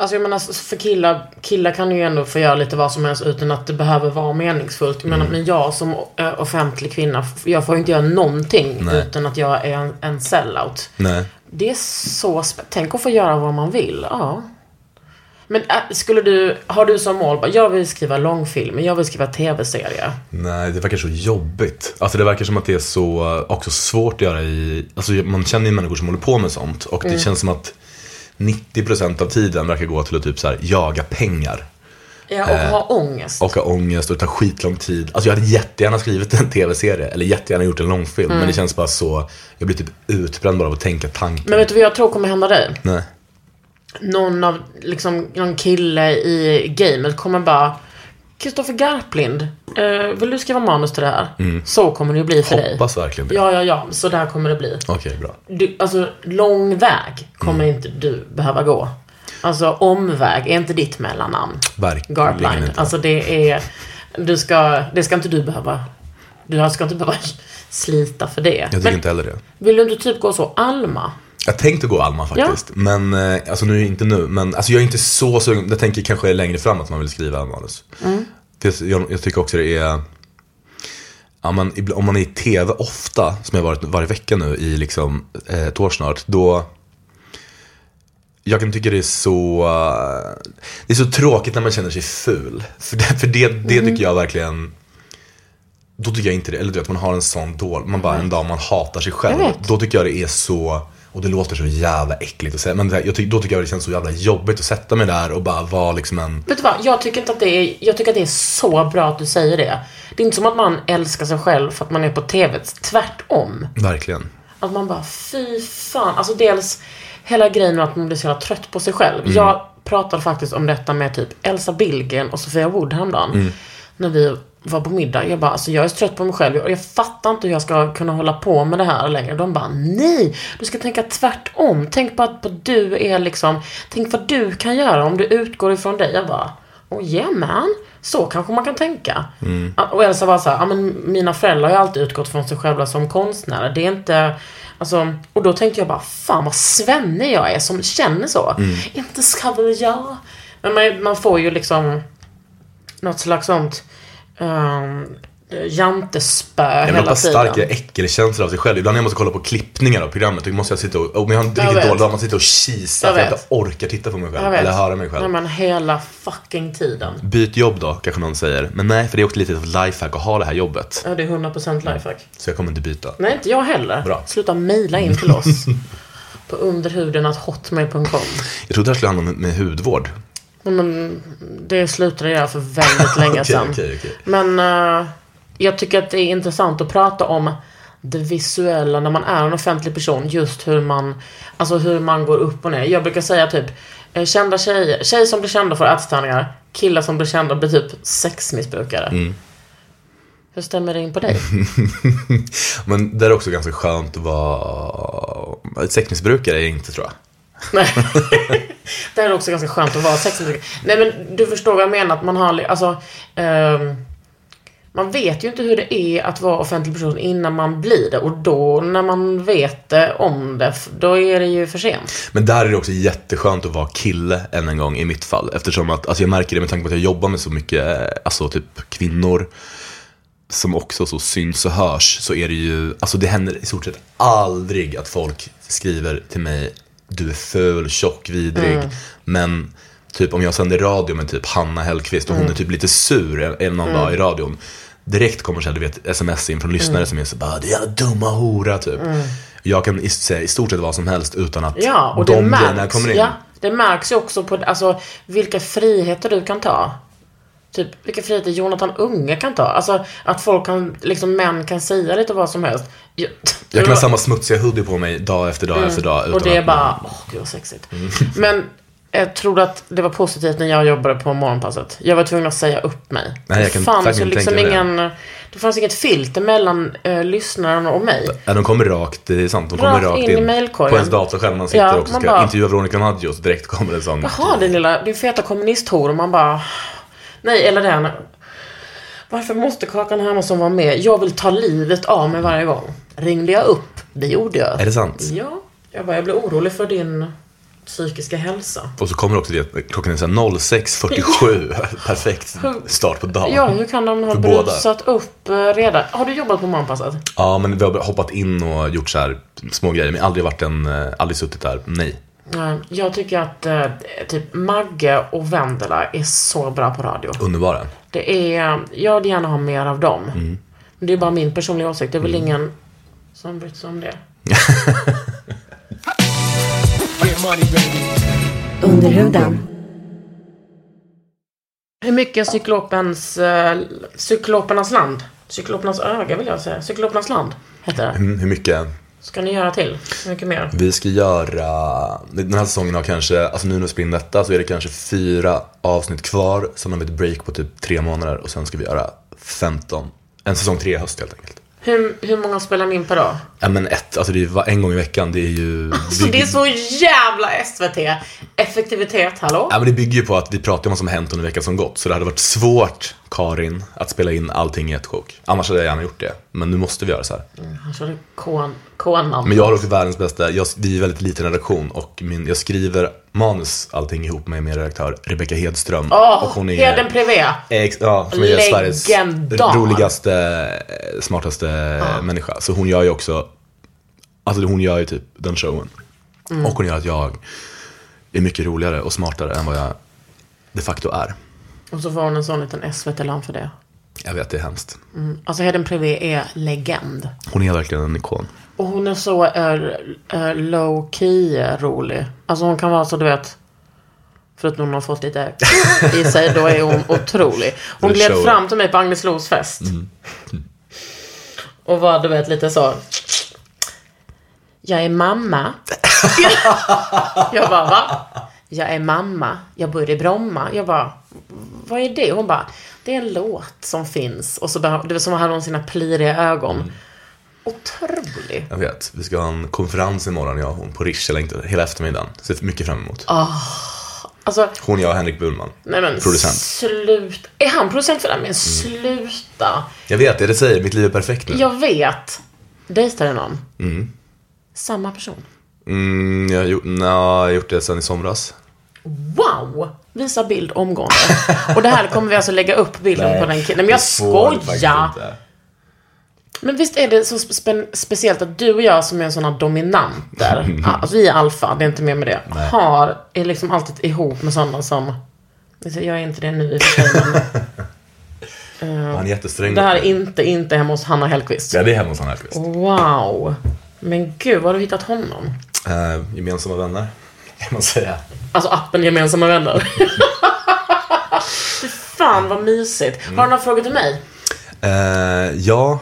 A: Alltså jag menar, för killar, killar kan ju ändå få göra lite vad som helst utan att det behöver vara meningsfullt. Jag menar, men jag som eh, offentlig kvinna, f- jag får ju inte göra någonting utan att jag är en, en sellout.
C: Nej.
A: Det är så spä- Tänk att få göra vad man vill. Ja. Men eh, skulle du, har du som mål, bara, jag vill skriva långfilm, jag vill skriva tv-serie.
C: Nej, det verkar så jobbigt. Alltså det verkar som att det är så eh, också svårt att göra i, alltså man känner ju människor som håller på med sånt och
A: Mm.
C: det känns som att 90% av tiden verkar gå till att typ så här, jaga pengar
A: Ja, och ha ångest.
C: och ha ångest och ta skitlång tid. Alltså jag hade jättegärna skrivit en tv-serie eller jättegärna gjort en långfilm men
A: Mm.
C: det känns bara så, jag blir typ utbränd bara av att tänka tanken.
A: Men vet du vad jag tror kommer hända dig?
C: Nej.
A: någon av, liksom, någon kille i gamet kommer bara Kristoffer Garplind, eh, vill du skriva manus till det här? Så kommer det ju bli för dig.
C: Mm. Hoppas verkligen det.
A: Ja, ja, ja. Så där kommer det bli.
C: Okej, bra.
A: Du, alltså, lång väg kommer
C: Mm.
A: inte du behöva gå. Alltså, omväg är inte ditt mellannamn.
C: Verkligen
A: Garplind.
C: inte.
A: Alltså, det är... Du ska, det ska inte du behöva... Du ska inte behöva slita för det.
C: Jag tycker
A: Men
C: inte heller det.
A: Vill du inte typ gå så Alma?
C: Jag tänkte gå Alma faktiskt, men eh, alltså nu är inte nu, men alltså jag är inte så sugen. Jag tänker kanske längre fram att man vill skriva manus. Det, jag, jag tycker också det är, ja, men ibla- om man är i tv ofta, som jag har varit varje vecka nu i liksom eh, ett år snart, då jag kan tycka det är så eh, Det är så tråkigt när man känner sig ful. För det, för det, det
A: Mm.
C: tycker jag verkligen Då tycker jag inte det, eller du vet man har en sån dålig, man bara
A: Mm.
C: en dag man hatar sig själv. Då tycker jag det är så och det låter så jävla äckligt att säga, men det, här- jag tycker- då tycker jag det känns så jävla jobbigt att sätta mig där och bara vara liksom en
A: Vet du vad, jag tycker inte att det är, jag tycker att det är så bra att du säger det. Det är inte som att man älskar sig själv för att man är på TV. Tvärtom.
C: Verkligen.
A: Att man bara, fy fan. Alltså dels hela grejen med att man blir så jävla trött på sig själv. Jag pratade faktiskt om detta med typ Elsa Billgren och Sofia Wood häromdagen. När vi var på middag. Jag bara, alltså jag är så trött på mig själv. Och jag fattar inte hur jag ska kunna hålla på med det här längre. De bara, nej! Du ska tänka tvärtom. Tänk bara på att du är liksom, tänk vad du kan göra om du utgår ifrån dig. Jag bara, oh yeah man. Så kanske man kan tänka.
C: Mm.
A: Och Elsa var så här, ja men mina föräldrar har ju alltid utgått från sig själva som konstnärer. Det är inte, alltså, och då tänkte jag bara, fan vad svennig jag är som känner så.
C: Mm.
A: Inte ska väl jag. Men man, man får ju liksom något slags sånt um, jantespö
C: Jag
A: hela
C: har
A: tiden.
C: starka äckelkänslor av sig själv. Ibland när jag måste kolla på klippningar av programmet, då måste jag sitta och, om jag har en
A: Jag
C: riktigt
A: vet.
C: dålig dag, man sitter och kisar
A: Jag
C: för att jag
A: vet.
C: orkar titta på mig
A: Jag
C: själv.
A: vet.
C: Eller höra mig själv.
A: Nej, men hela fucking tiden.
C: Byt jobb då, kanske någon säger. Men nej, för det är också lite av ett lifehack att ha det här jobbet.
A: Ja, det är 100% lifehack.
C: Så jag kommer inte byta.
A: Nej, inte jag heller.
C: Bra.
A: Sluta mejla in till oss. på underhudenhotmail.com.
C: Jag trodde det här skulle handla om med hudvård.
A: Nej, Men det slutade jag för väldigt länge
C: Okej,
A: sedan.
C: okej, okej.
A: Men eh, jag tycker att det är intressant att prata om det visuella när man är en offentlig person. Just hur man, alltså hur man går upp och ner. Jag brukar säga typ eh, kända tjejer, tjejer som blir kända får ätstörningar. Killar som blir kända blir typ sexmissbrukare.
C: Mm.
A: Hur stämmer det in på dig?
C: Men det är också ganska skönt att vara ett sexmissbrukare är jag inte tror jag.
A: Nej. det här är också ganska skönt att vara sexmissbrukare. Nej men du förstår vad jag menar. Att man har, li- alltså, ehm, man vet ju inte hur det är att vara offentlig person innan man blir det. Och då när man vet det, om det, f- då är det ju för sent.
C: Men där är det också jätteskönt att vara kille än en gång i mitt fall. Eftersom att, alltså jag märker det med tanke på att jag jobbar med så mycket, eh, alltså typ kvinnor som också så syns och hörs. Så är det ju, alltså det händer i stort sett aldrig att folk skriver till mig, du är ful, tjock, vidrig.
A: Mm.
C: Men typ om jag sänder radio med typ Hanna Hellqvist och
A: Mm.
C: hon är typ lite sur en- en någon dag i radion. Direkt kommer så här, du vet, sms in från lyssnare
A: Mm.
C: som är så bara, det är en dumma hora typ. Jag kan i- säga i stort sett vad som helst utan att
A: Ja, och
C: de
A: det
C: grejerna
A: märks.
C: kommer in.
A: Ja, det märks ju också på alltså, vilka friheter du kan ta. Typ vilka friheter Jonathan Unge kan ta. Alltså att folk kan, liksom män kan säga lite vad som helst. Jag,
C: Jag kan ha samma smutsiga hoodie på mig dag efter dag efter dag. Utan
A: Mm. Och det är
C: att- Mm.
A: bara, åh gud vad sexigt. Men jag tror du att det var positivt när jag jobbade på morgonpasset? Jag var tvungen att säga upp mig.
C: Nej, jag kan
A: det fanns ju
C: verkligen
A: liksom
C: tänka mig
A: ingen, det fanns inget filter mellan eh, lyssnaren och mig.
C: Ja, de kommer rakt, det är sant, de kommer
A: Rakt
C: rakt
A: in
C: in.
A: i mailkorgen.
C: På ens datorskärm man sitter
A: Ja,
C: och
A: man
C: ska
A: bara-
C: intervjua Veronica Maggio så direkt kommer en sån.
A: Jaha, din lilla, din feta kommunisthora. Man bara, nej, eller den. Varför måste Kakan Hermansson vara med? Jag vill ta livet av mig varje gång. Ringde jag upp? Det gjorde jag.
C: Är det sant?
A: Ja. Jag bara, jag blir orolig för din psykiska hälsa.
C: Och så kommer också det, klockan är så här 06.47. Perfekt start på dagen.
A: Ja, hur kan de ha
C: För båda.
A: brusat upp eh, redan? Har du jobbat på morgonpasset?
C: Ja, men vi har hoppat in och gjort så här små grejer. Men aldrig varit en, eh, aldrig suttit där, nej.
A: Nej, Jag tycker att eh, typ Magge och Vendela är så bra på radio.
C: Underbara.
A: Det är, eh, jag vill gärna ha mer av dem.
C: Mm.
A: Men det är bara min personliga åsikt. Det är väl ingen som bryr sig om det.
B: Underhudan.
A: Hur mycket är cyklopens, eh, cyklopernas land? Cyklopernas öga vill jag säga. Cyklopernas land heter det.
C: Mm, hur mycket?
A: Ska ni göra till? Hur mycket mer?
C: Vi ska göra, den här säsongen har kanske, alltså nu när vi spelar in detta så är det kanske fyra avsnitt kvar. Sen har vi ett break på typ tre månader och sen ska vi göra 15. En säsong tre i höst helt enkelt.
A: Hur, hur många spelar ni in per dag?
C: Ja men ett, alltså det är ju va- en gång i veckan, det är ju...
A: Så Alltså, det är så jävla SVT! Effektivitet, hallå?
C: Ja men det bygger ju på att vi pratar om vad som har hänt under veckan som gått. Så det hade varit svårt, Karin, att spela in allting i ett sjok. Annars hade jag gärna gjort det. Men nu måste vi göra så här.
A: Han körde kon- konan.
C: Men jag har också världens bästa, jag, vi är väldigt liten redaktion och min, jag skriver manus allting ihop med min redaktör Rebecca Hedström.
A: Åh,
C: och hon är...
A: Heden Privé.
C: Eh, Ex, ja, som är Sveriges
A: Legendar.
C: roligaste, eh, smartaste eh, människa. Så hon gör ju också, alltså hon gör ju typ den showen.
A: Mm.
C: Och hon gör att jag är mycket roligare och smartare än vad jag de facto är.
A: Och så får hon en sån liten SVT-land för det.
C: Jag vet, det är hemskt.
A: Alltså Heden Privé är legend.
C: Hon är verkligen en ikon.
A: Och hon är så low key rolig. Alltså hon kan vara så du vet. Förutom hon har fått lite i sig, då är hon otrolig. Hon
C: The
A: gled
C: show.
A: fram till mig på Agnes Los fest. Och var du vet lite så. Jag är mamma. jag bara va? Jag är mamma. Jag bor i Bromma. Jag bara, vad är det? Hon bara, Det är en låt som finns och så behöver, det är som han har sina pliriga ögon. Otrolig.
C: Jag vet, vi ska ha en konferens imorgon jag och hon på Riche längtar hela eftermiddagen. Ser mycket fram emot.
A: Alltså,
C: Hon, jag och Henrik Bullman.
A: nej men
C: Producent. Mm.
A: sluta. Är han producent för den? Men sluta.
C: Jag vet, det är det jag säger. Mitt liv är perfekt nu.
A: Jag vet. Dejtade någon. Samma person.
C: Mm, jag, har gjort, nej, jag har gjort det sen i somras.
A: Wow! Visa bild omgående. Och det här kommer vi alltså lägga upp bilden på den killen. Nej men jag
C: Det får du faktiskt
A: skojar!
C: inte.
A: Men visst är det så spe- speciellt att du och jag som är sådana
C: Mm.
A: dominanter, alltså vi är alfa, det är inte mer med det, har, är liksom alltid ihop med sådana som, jag är inte det nu i och för sig, men
C: Han är jättesträng.
A: det här är inte, inte hemma hos Hanna Hellquist.
C: Ja, det är hemma hos Anna Hellquist.
A: Wow! Men gud, var har du hittat honom?
C: Eh, gemensamma vänner, kan man säga.
A: Alltså appen Gemensamma Vänner. Fy fan vad mysigt. Har du några frågor till mig?
C: Eh, ja,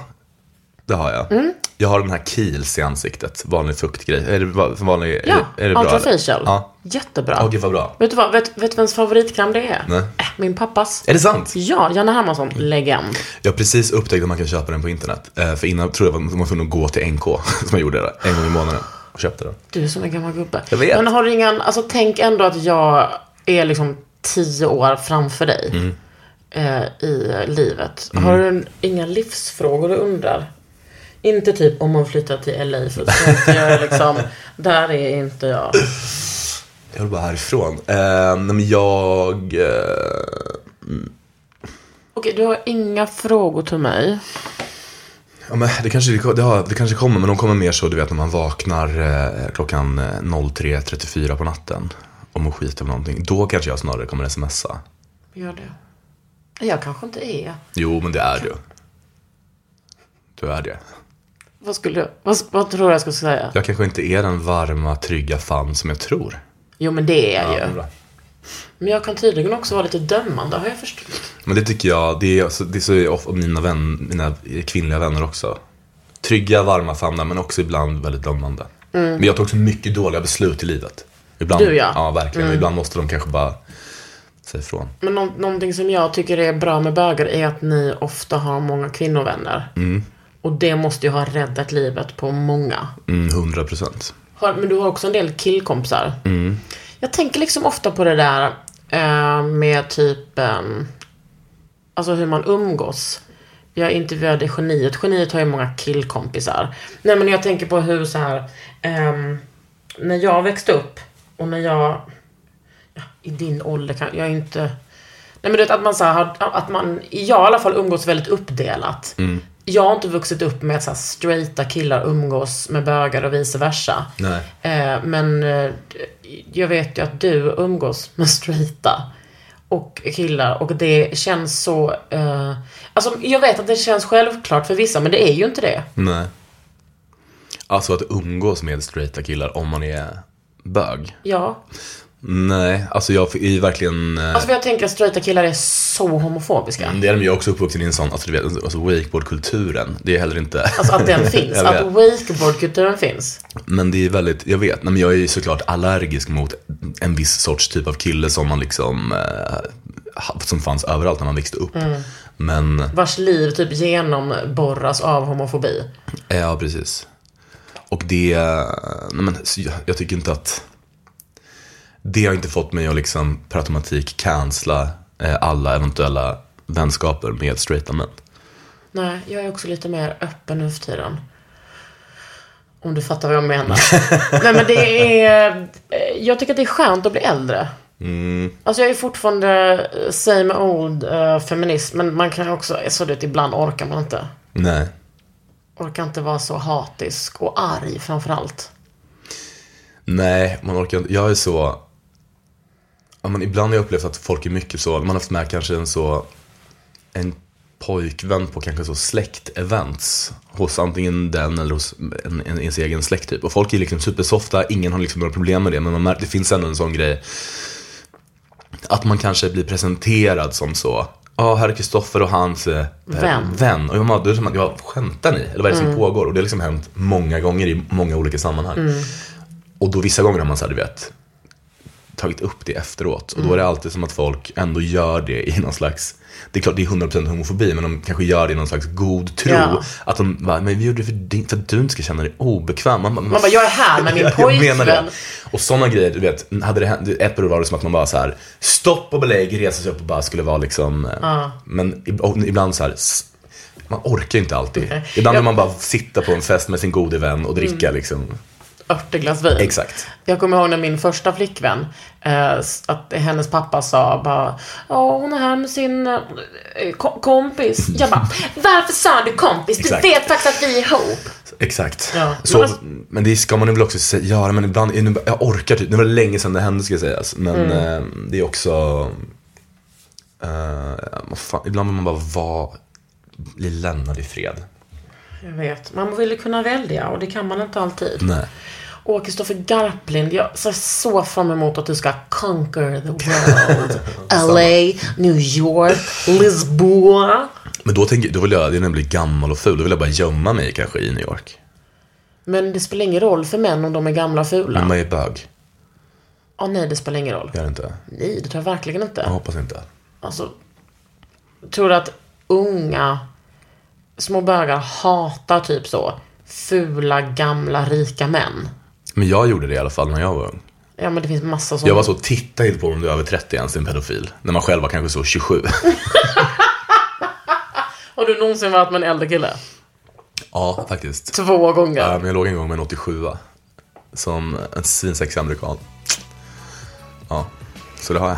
C: det har jag.
A: Mm.
C: Jag har den här Kiehl's i ansiktet, vanlig fuktgrej. Är det va- vanlig,
A: Ja,
C: är det, är det bra?
A: Ultra
C: eller?
A: Facial.
C: Ja.
A: Jättebra.
C: Åh, gud vad bra.
A: Vet du vad, vet, vet du vems favoritkräm det är?
C: Nej.
A: Äh, min pappas.
C: Är det sant?
A: Ja, Janne Hermansson, legend.
C: Jag har precis upptäckt att man kan köpa den på internet. Eh, för innan tror jag att man var tvungen att gå till NK, som jag gjorde det, en gång i månaden och köpte den.
A: Du är som en gammal gubbe.
C: Jag vet.
A: Men har du ingen, alltså tänk ändå att jag är liksom tio år framför dig
C: Mm.
A: eh, i livet. Har du en- inga livsfrågor du undrar? Inte typ om man flyttar till LA för att jag är liksom, där är inte jag.
C: Jag vill bara härifrån. Eh, nej, men jag... Eh,
A: Okej, du har inga frågor till mig.
C: Ja, men det, kanske, det, har, det kanske kommer, men de kommer mer så du vet när man vaknar eh, klockan eh, 03.34 på natten. Om och skiter på någonting. Då kanske jag snarare kommer smsa.
A: Gör det. Jag kanske inte är.
C: Jo, men det är du. Du är det.
A: Vad skulle jag, vad, vad tror du jag skulle säga?
C: Jag kanske inte är den varma, trygga fan som jag tror.
A: Jo men det är jag ju.
C: men bra.
A: Men jag kan tydligen också vara lite dömande, har jag förstått.
C: Men det tycker jag, det är, så- det är så ofta mina, vän, mina kvinnliga vänner också. Trygga, varma famnar, men också ibland väldigt dömande. Men jag tar också mycket dåliga beslut i livet. Ibland,
A: Mm. Du, ja. Mm.
C: Ja, verkligen. Och Ibland måste de kanske bara säga ifrån.
A: Men nå- någonting som jag tycker är bra med bögar är att ni ofta har många kvinnovänner. Och det måste ju ha räddat livet på många.
C: Mm, 100 procent.
A: Har, men du har också en del killkompisar. Jag tänker liksom ofta på det där eh, med typ ehm, Alltså hur man umgås. Jag intervjuade geniet. Geniet har ju många killkompisar. Nej men jag tänker på hur så här ehm, När jag växte upp och när jag ja, I din ålder kan jag är ju inte Nej men du vet att man så här, har- att man, jag i alla fall umgås väldigt uppdelat.
C: Mm.
A: Jag har inte vuxit upp med att så här, straighta killar umgås med bögar och vice versa.
C: Nej.
A: Eh, men eh, jag vet ju att du umgås med straighta och killar och det känns så... Eh, alltså jag vet att det känns självklart för vissa men det är ju inte det.
C: Nej. Alltså att umgås med straighta killar om man är bög.
A: Ja.
C: Nej, alltså jag är ju verkligen... eh,
A: Alltså för jag tänker att straighta killar är så homofobiska.
C: det är de ju också uppvuxen i en sån, alltså du vet, alltså wakeboardkulturen. Det är heller inte...
A: Alltså att den finns.
C: Jag
A: Att
C: vet.
A: wakeboardkulturen finns.
C: Men det är väldigt, jag vet, nej, men jag är ju såklart allergisk mot en viss sorts typ av kille som man liksom, eh, ha- som fanns överallt när man växte upp. Men,
A: Vars liv typ genomborras av homofobi.
C: eh, ja precis. Och det, eh, nej men så jag, jag tycker inte att, det har inte fått mig att liksom per automatik cancella eh, alla eventuella vänskaper med straighta män.
A: Nej, jag är också lite mer öppen nu för tiden. Om du fattar vad jag menar. Nej men det är... eh, Jag tycker att det är skönt att bli äldre. Alltså jag är fortfarande eh, same old eh, feminist. Men man kan också... eh, Så det ibland orkar man inte.
C: Nej.
A: Orkar inte vara så hatisk och arg framförallt.
C: Nej, man orkar inte. Jag är så... Ja, men ibland har jag upplevt att folk är mycket så, man har haft med kanske en så... En pojkvän på kanske så släktevents. Hos antingen den eller hos en, en, ens egen släkt typ. Och folk är liksom supersofta, ingen har liksom några problem med det. Men man märker, det finns ändå en sån grej. Att man kanske blir presenterad som så. Ja, här är Kristoffer och hans eh,
A: Vän.
C: vän. Och jag bara, då är det som att, jag skämtar ni? Eller vad är det som pågår? Och det har liksom hänt många gånger i många olika sammanhang. Och då vissa gånger har man så här, du vet, tagit upp det efteråt.
A: Mm.
C: Och då är det alltid som att folk ändå gör det i någon slags, det är klart det är 100% homofobi, men de kanske gör det i någon slags god tro.
A: Ja.
C: Att de bara, men vi gjorde det för, din, för att du inte ska känna dig obekväm. Man, bara, men
A: Man bara, jag är här med min
C: jag menar det.
A: pojkvän.
C: Och sådana grejer, du vet, hade det hänt, ett period var det som att man bara så här, stopp och belägg, resa sig upp och bara skulle vara liksom, eh, men ib- och ibland så här, s- man orkar ju inte alltid. Ibland vill man bara sitta på en fest med sin gode vän och
A: Mm.
C: dricka liksom.
A: örteglas vin.
C: Exakt.
A: Jag kommer ihåg när min första flickvän, eh, s- att hennes pappa sa bara, ja hon är här med sin eh, ko- kompis. Jag bara, varför sa du kompis? Du
C: Exakt.
A: vet faktiskt att vi är ihop.
C: Exakt.
A: Ja.
C: Så,
A: Men alltså-
C: Men det ska man väl också sä- göra, men ibland, nu- jag orkar typ, nu var det länge sedan det hände ska sägas, men
A: Mm.
C: eh, det är också, eh, vad fan, ibland vill man bara vara, bli lämnad i fred.
A: Jag vet, man vill ju kunna välja och det kan man inte alltid.
C: Nej.
A: Åh, Kristoffer Garplind, jag ser så fram emot att du ska conquer the world. LA, New York, Lisboa.
C: Men då, tänker, då vill jag, det är när jag blir gammal och ful, då vill jag bara gömma mig kanske i New York.
A: Men det spelar ingen roll för män om de är gamla och fula.
C: Men
A: Åh
C: man är bög,
A: nej, det spelar ingen roll.
C: gör det inte?
A: Nej, det tror jag verkligen inte.
C: Jag hoppas inte.
A: Alltså, tror du att unga små bögar hatar typ så fula, gamla, rika män?
C: Men jag gjorde det i alla fall när jag var ung.
A: Ja, men det finns massa sådana.
C: Jag var så, titta inte på om du är över 30 ens, en pedofil. När man själv var kanske så 27.
A: Har du någonsin varit med en äldre kille?
C: ja, faktiskt.
A: Två gånger.
C: Ja, men Ehm, jag låg en gång med en 87 Som en svinsexig amerikan. Ja, så det har jag.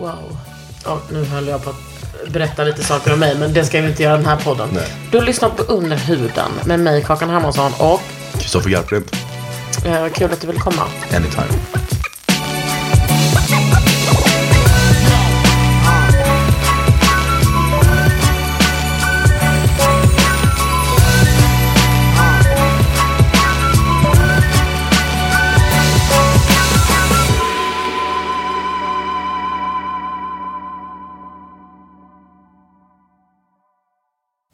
A: Wow. Ja, nu höll jag på att berätta lite saker om mig, men det ska vi inte göra i den här podden.
C: Nej.
A: Du har lyssnat på Under huden med mig, Kakan Hermansson, och
C: Kristoffer Garplind,
A: eh, kul att du vill komma.
C: anytime.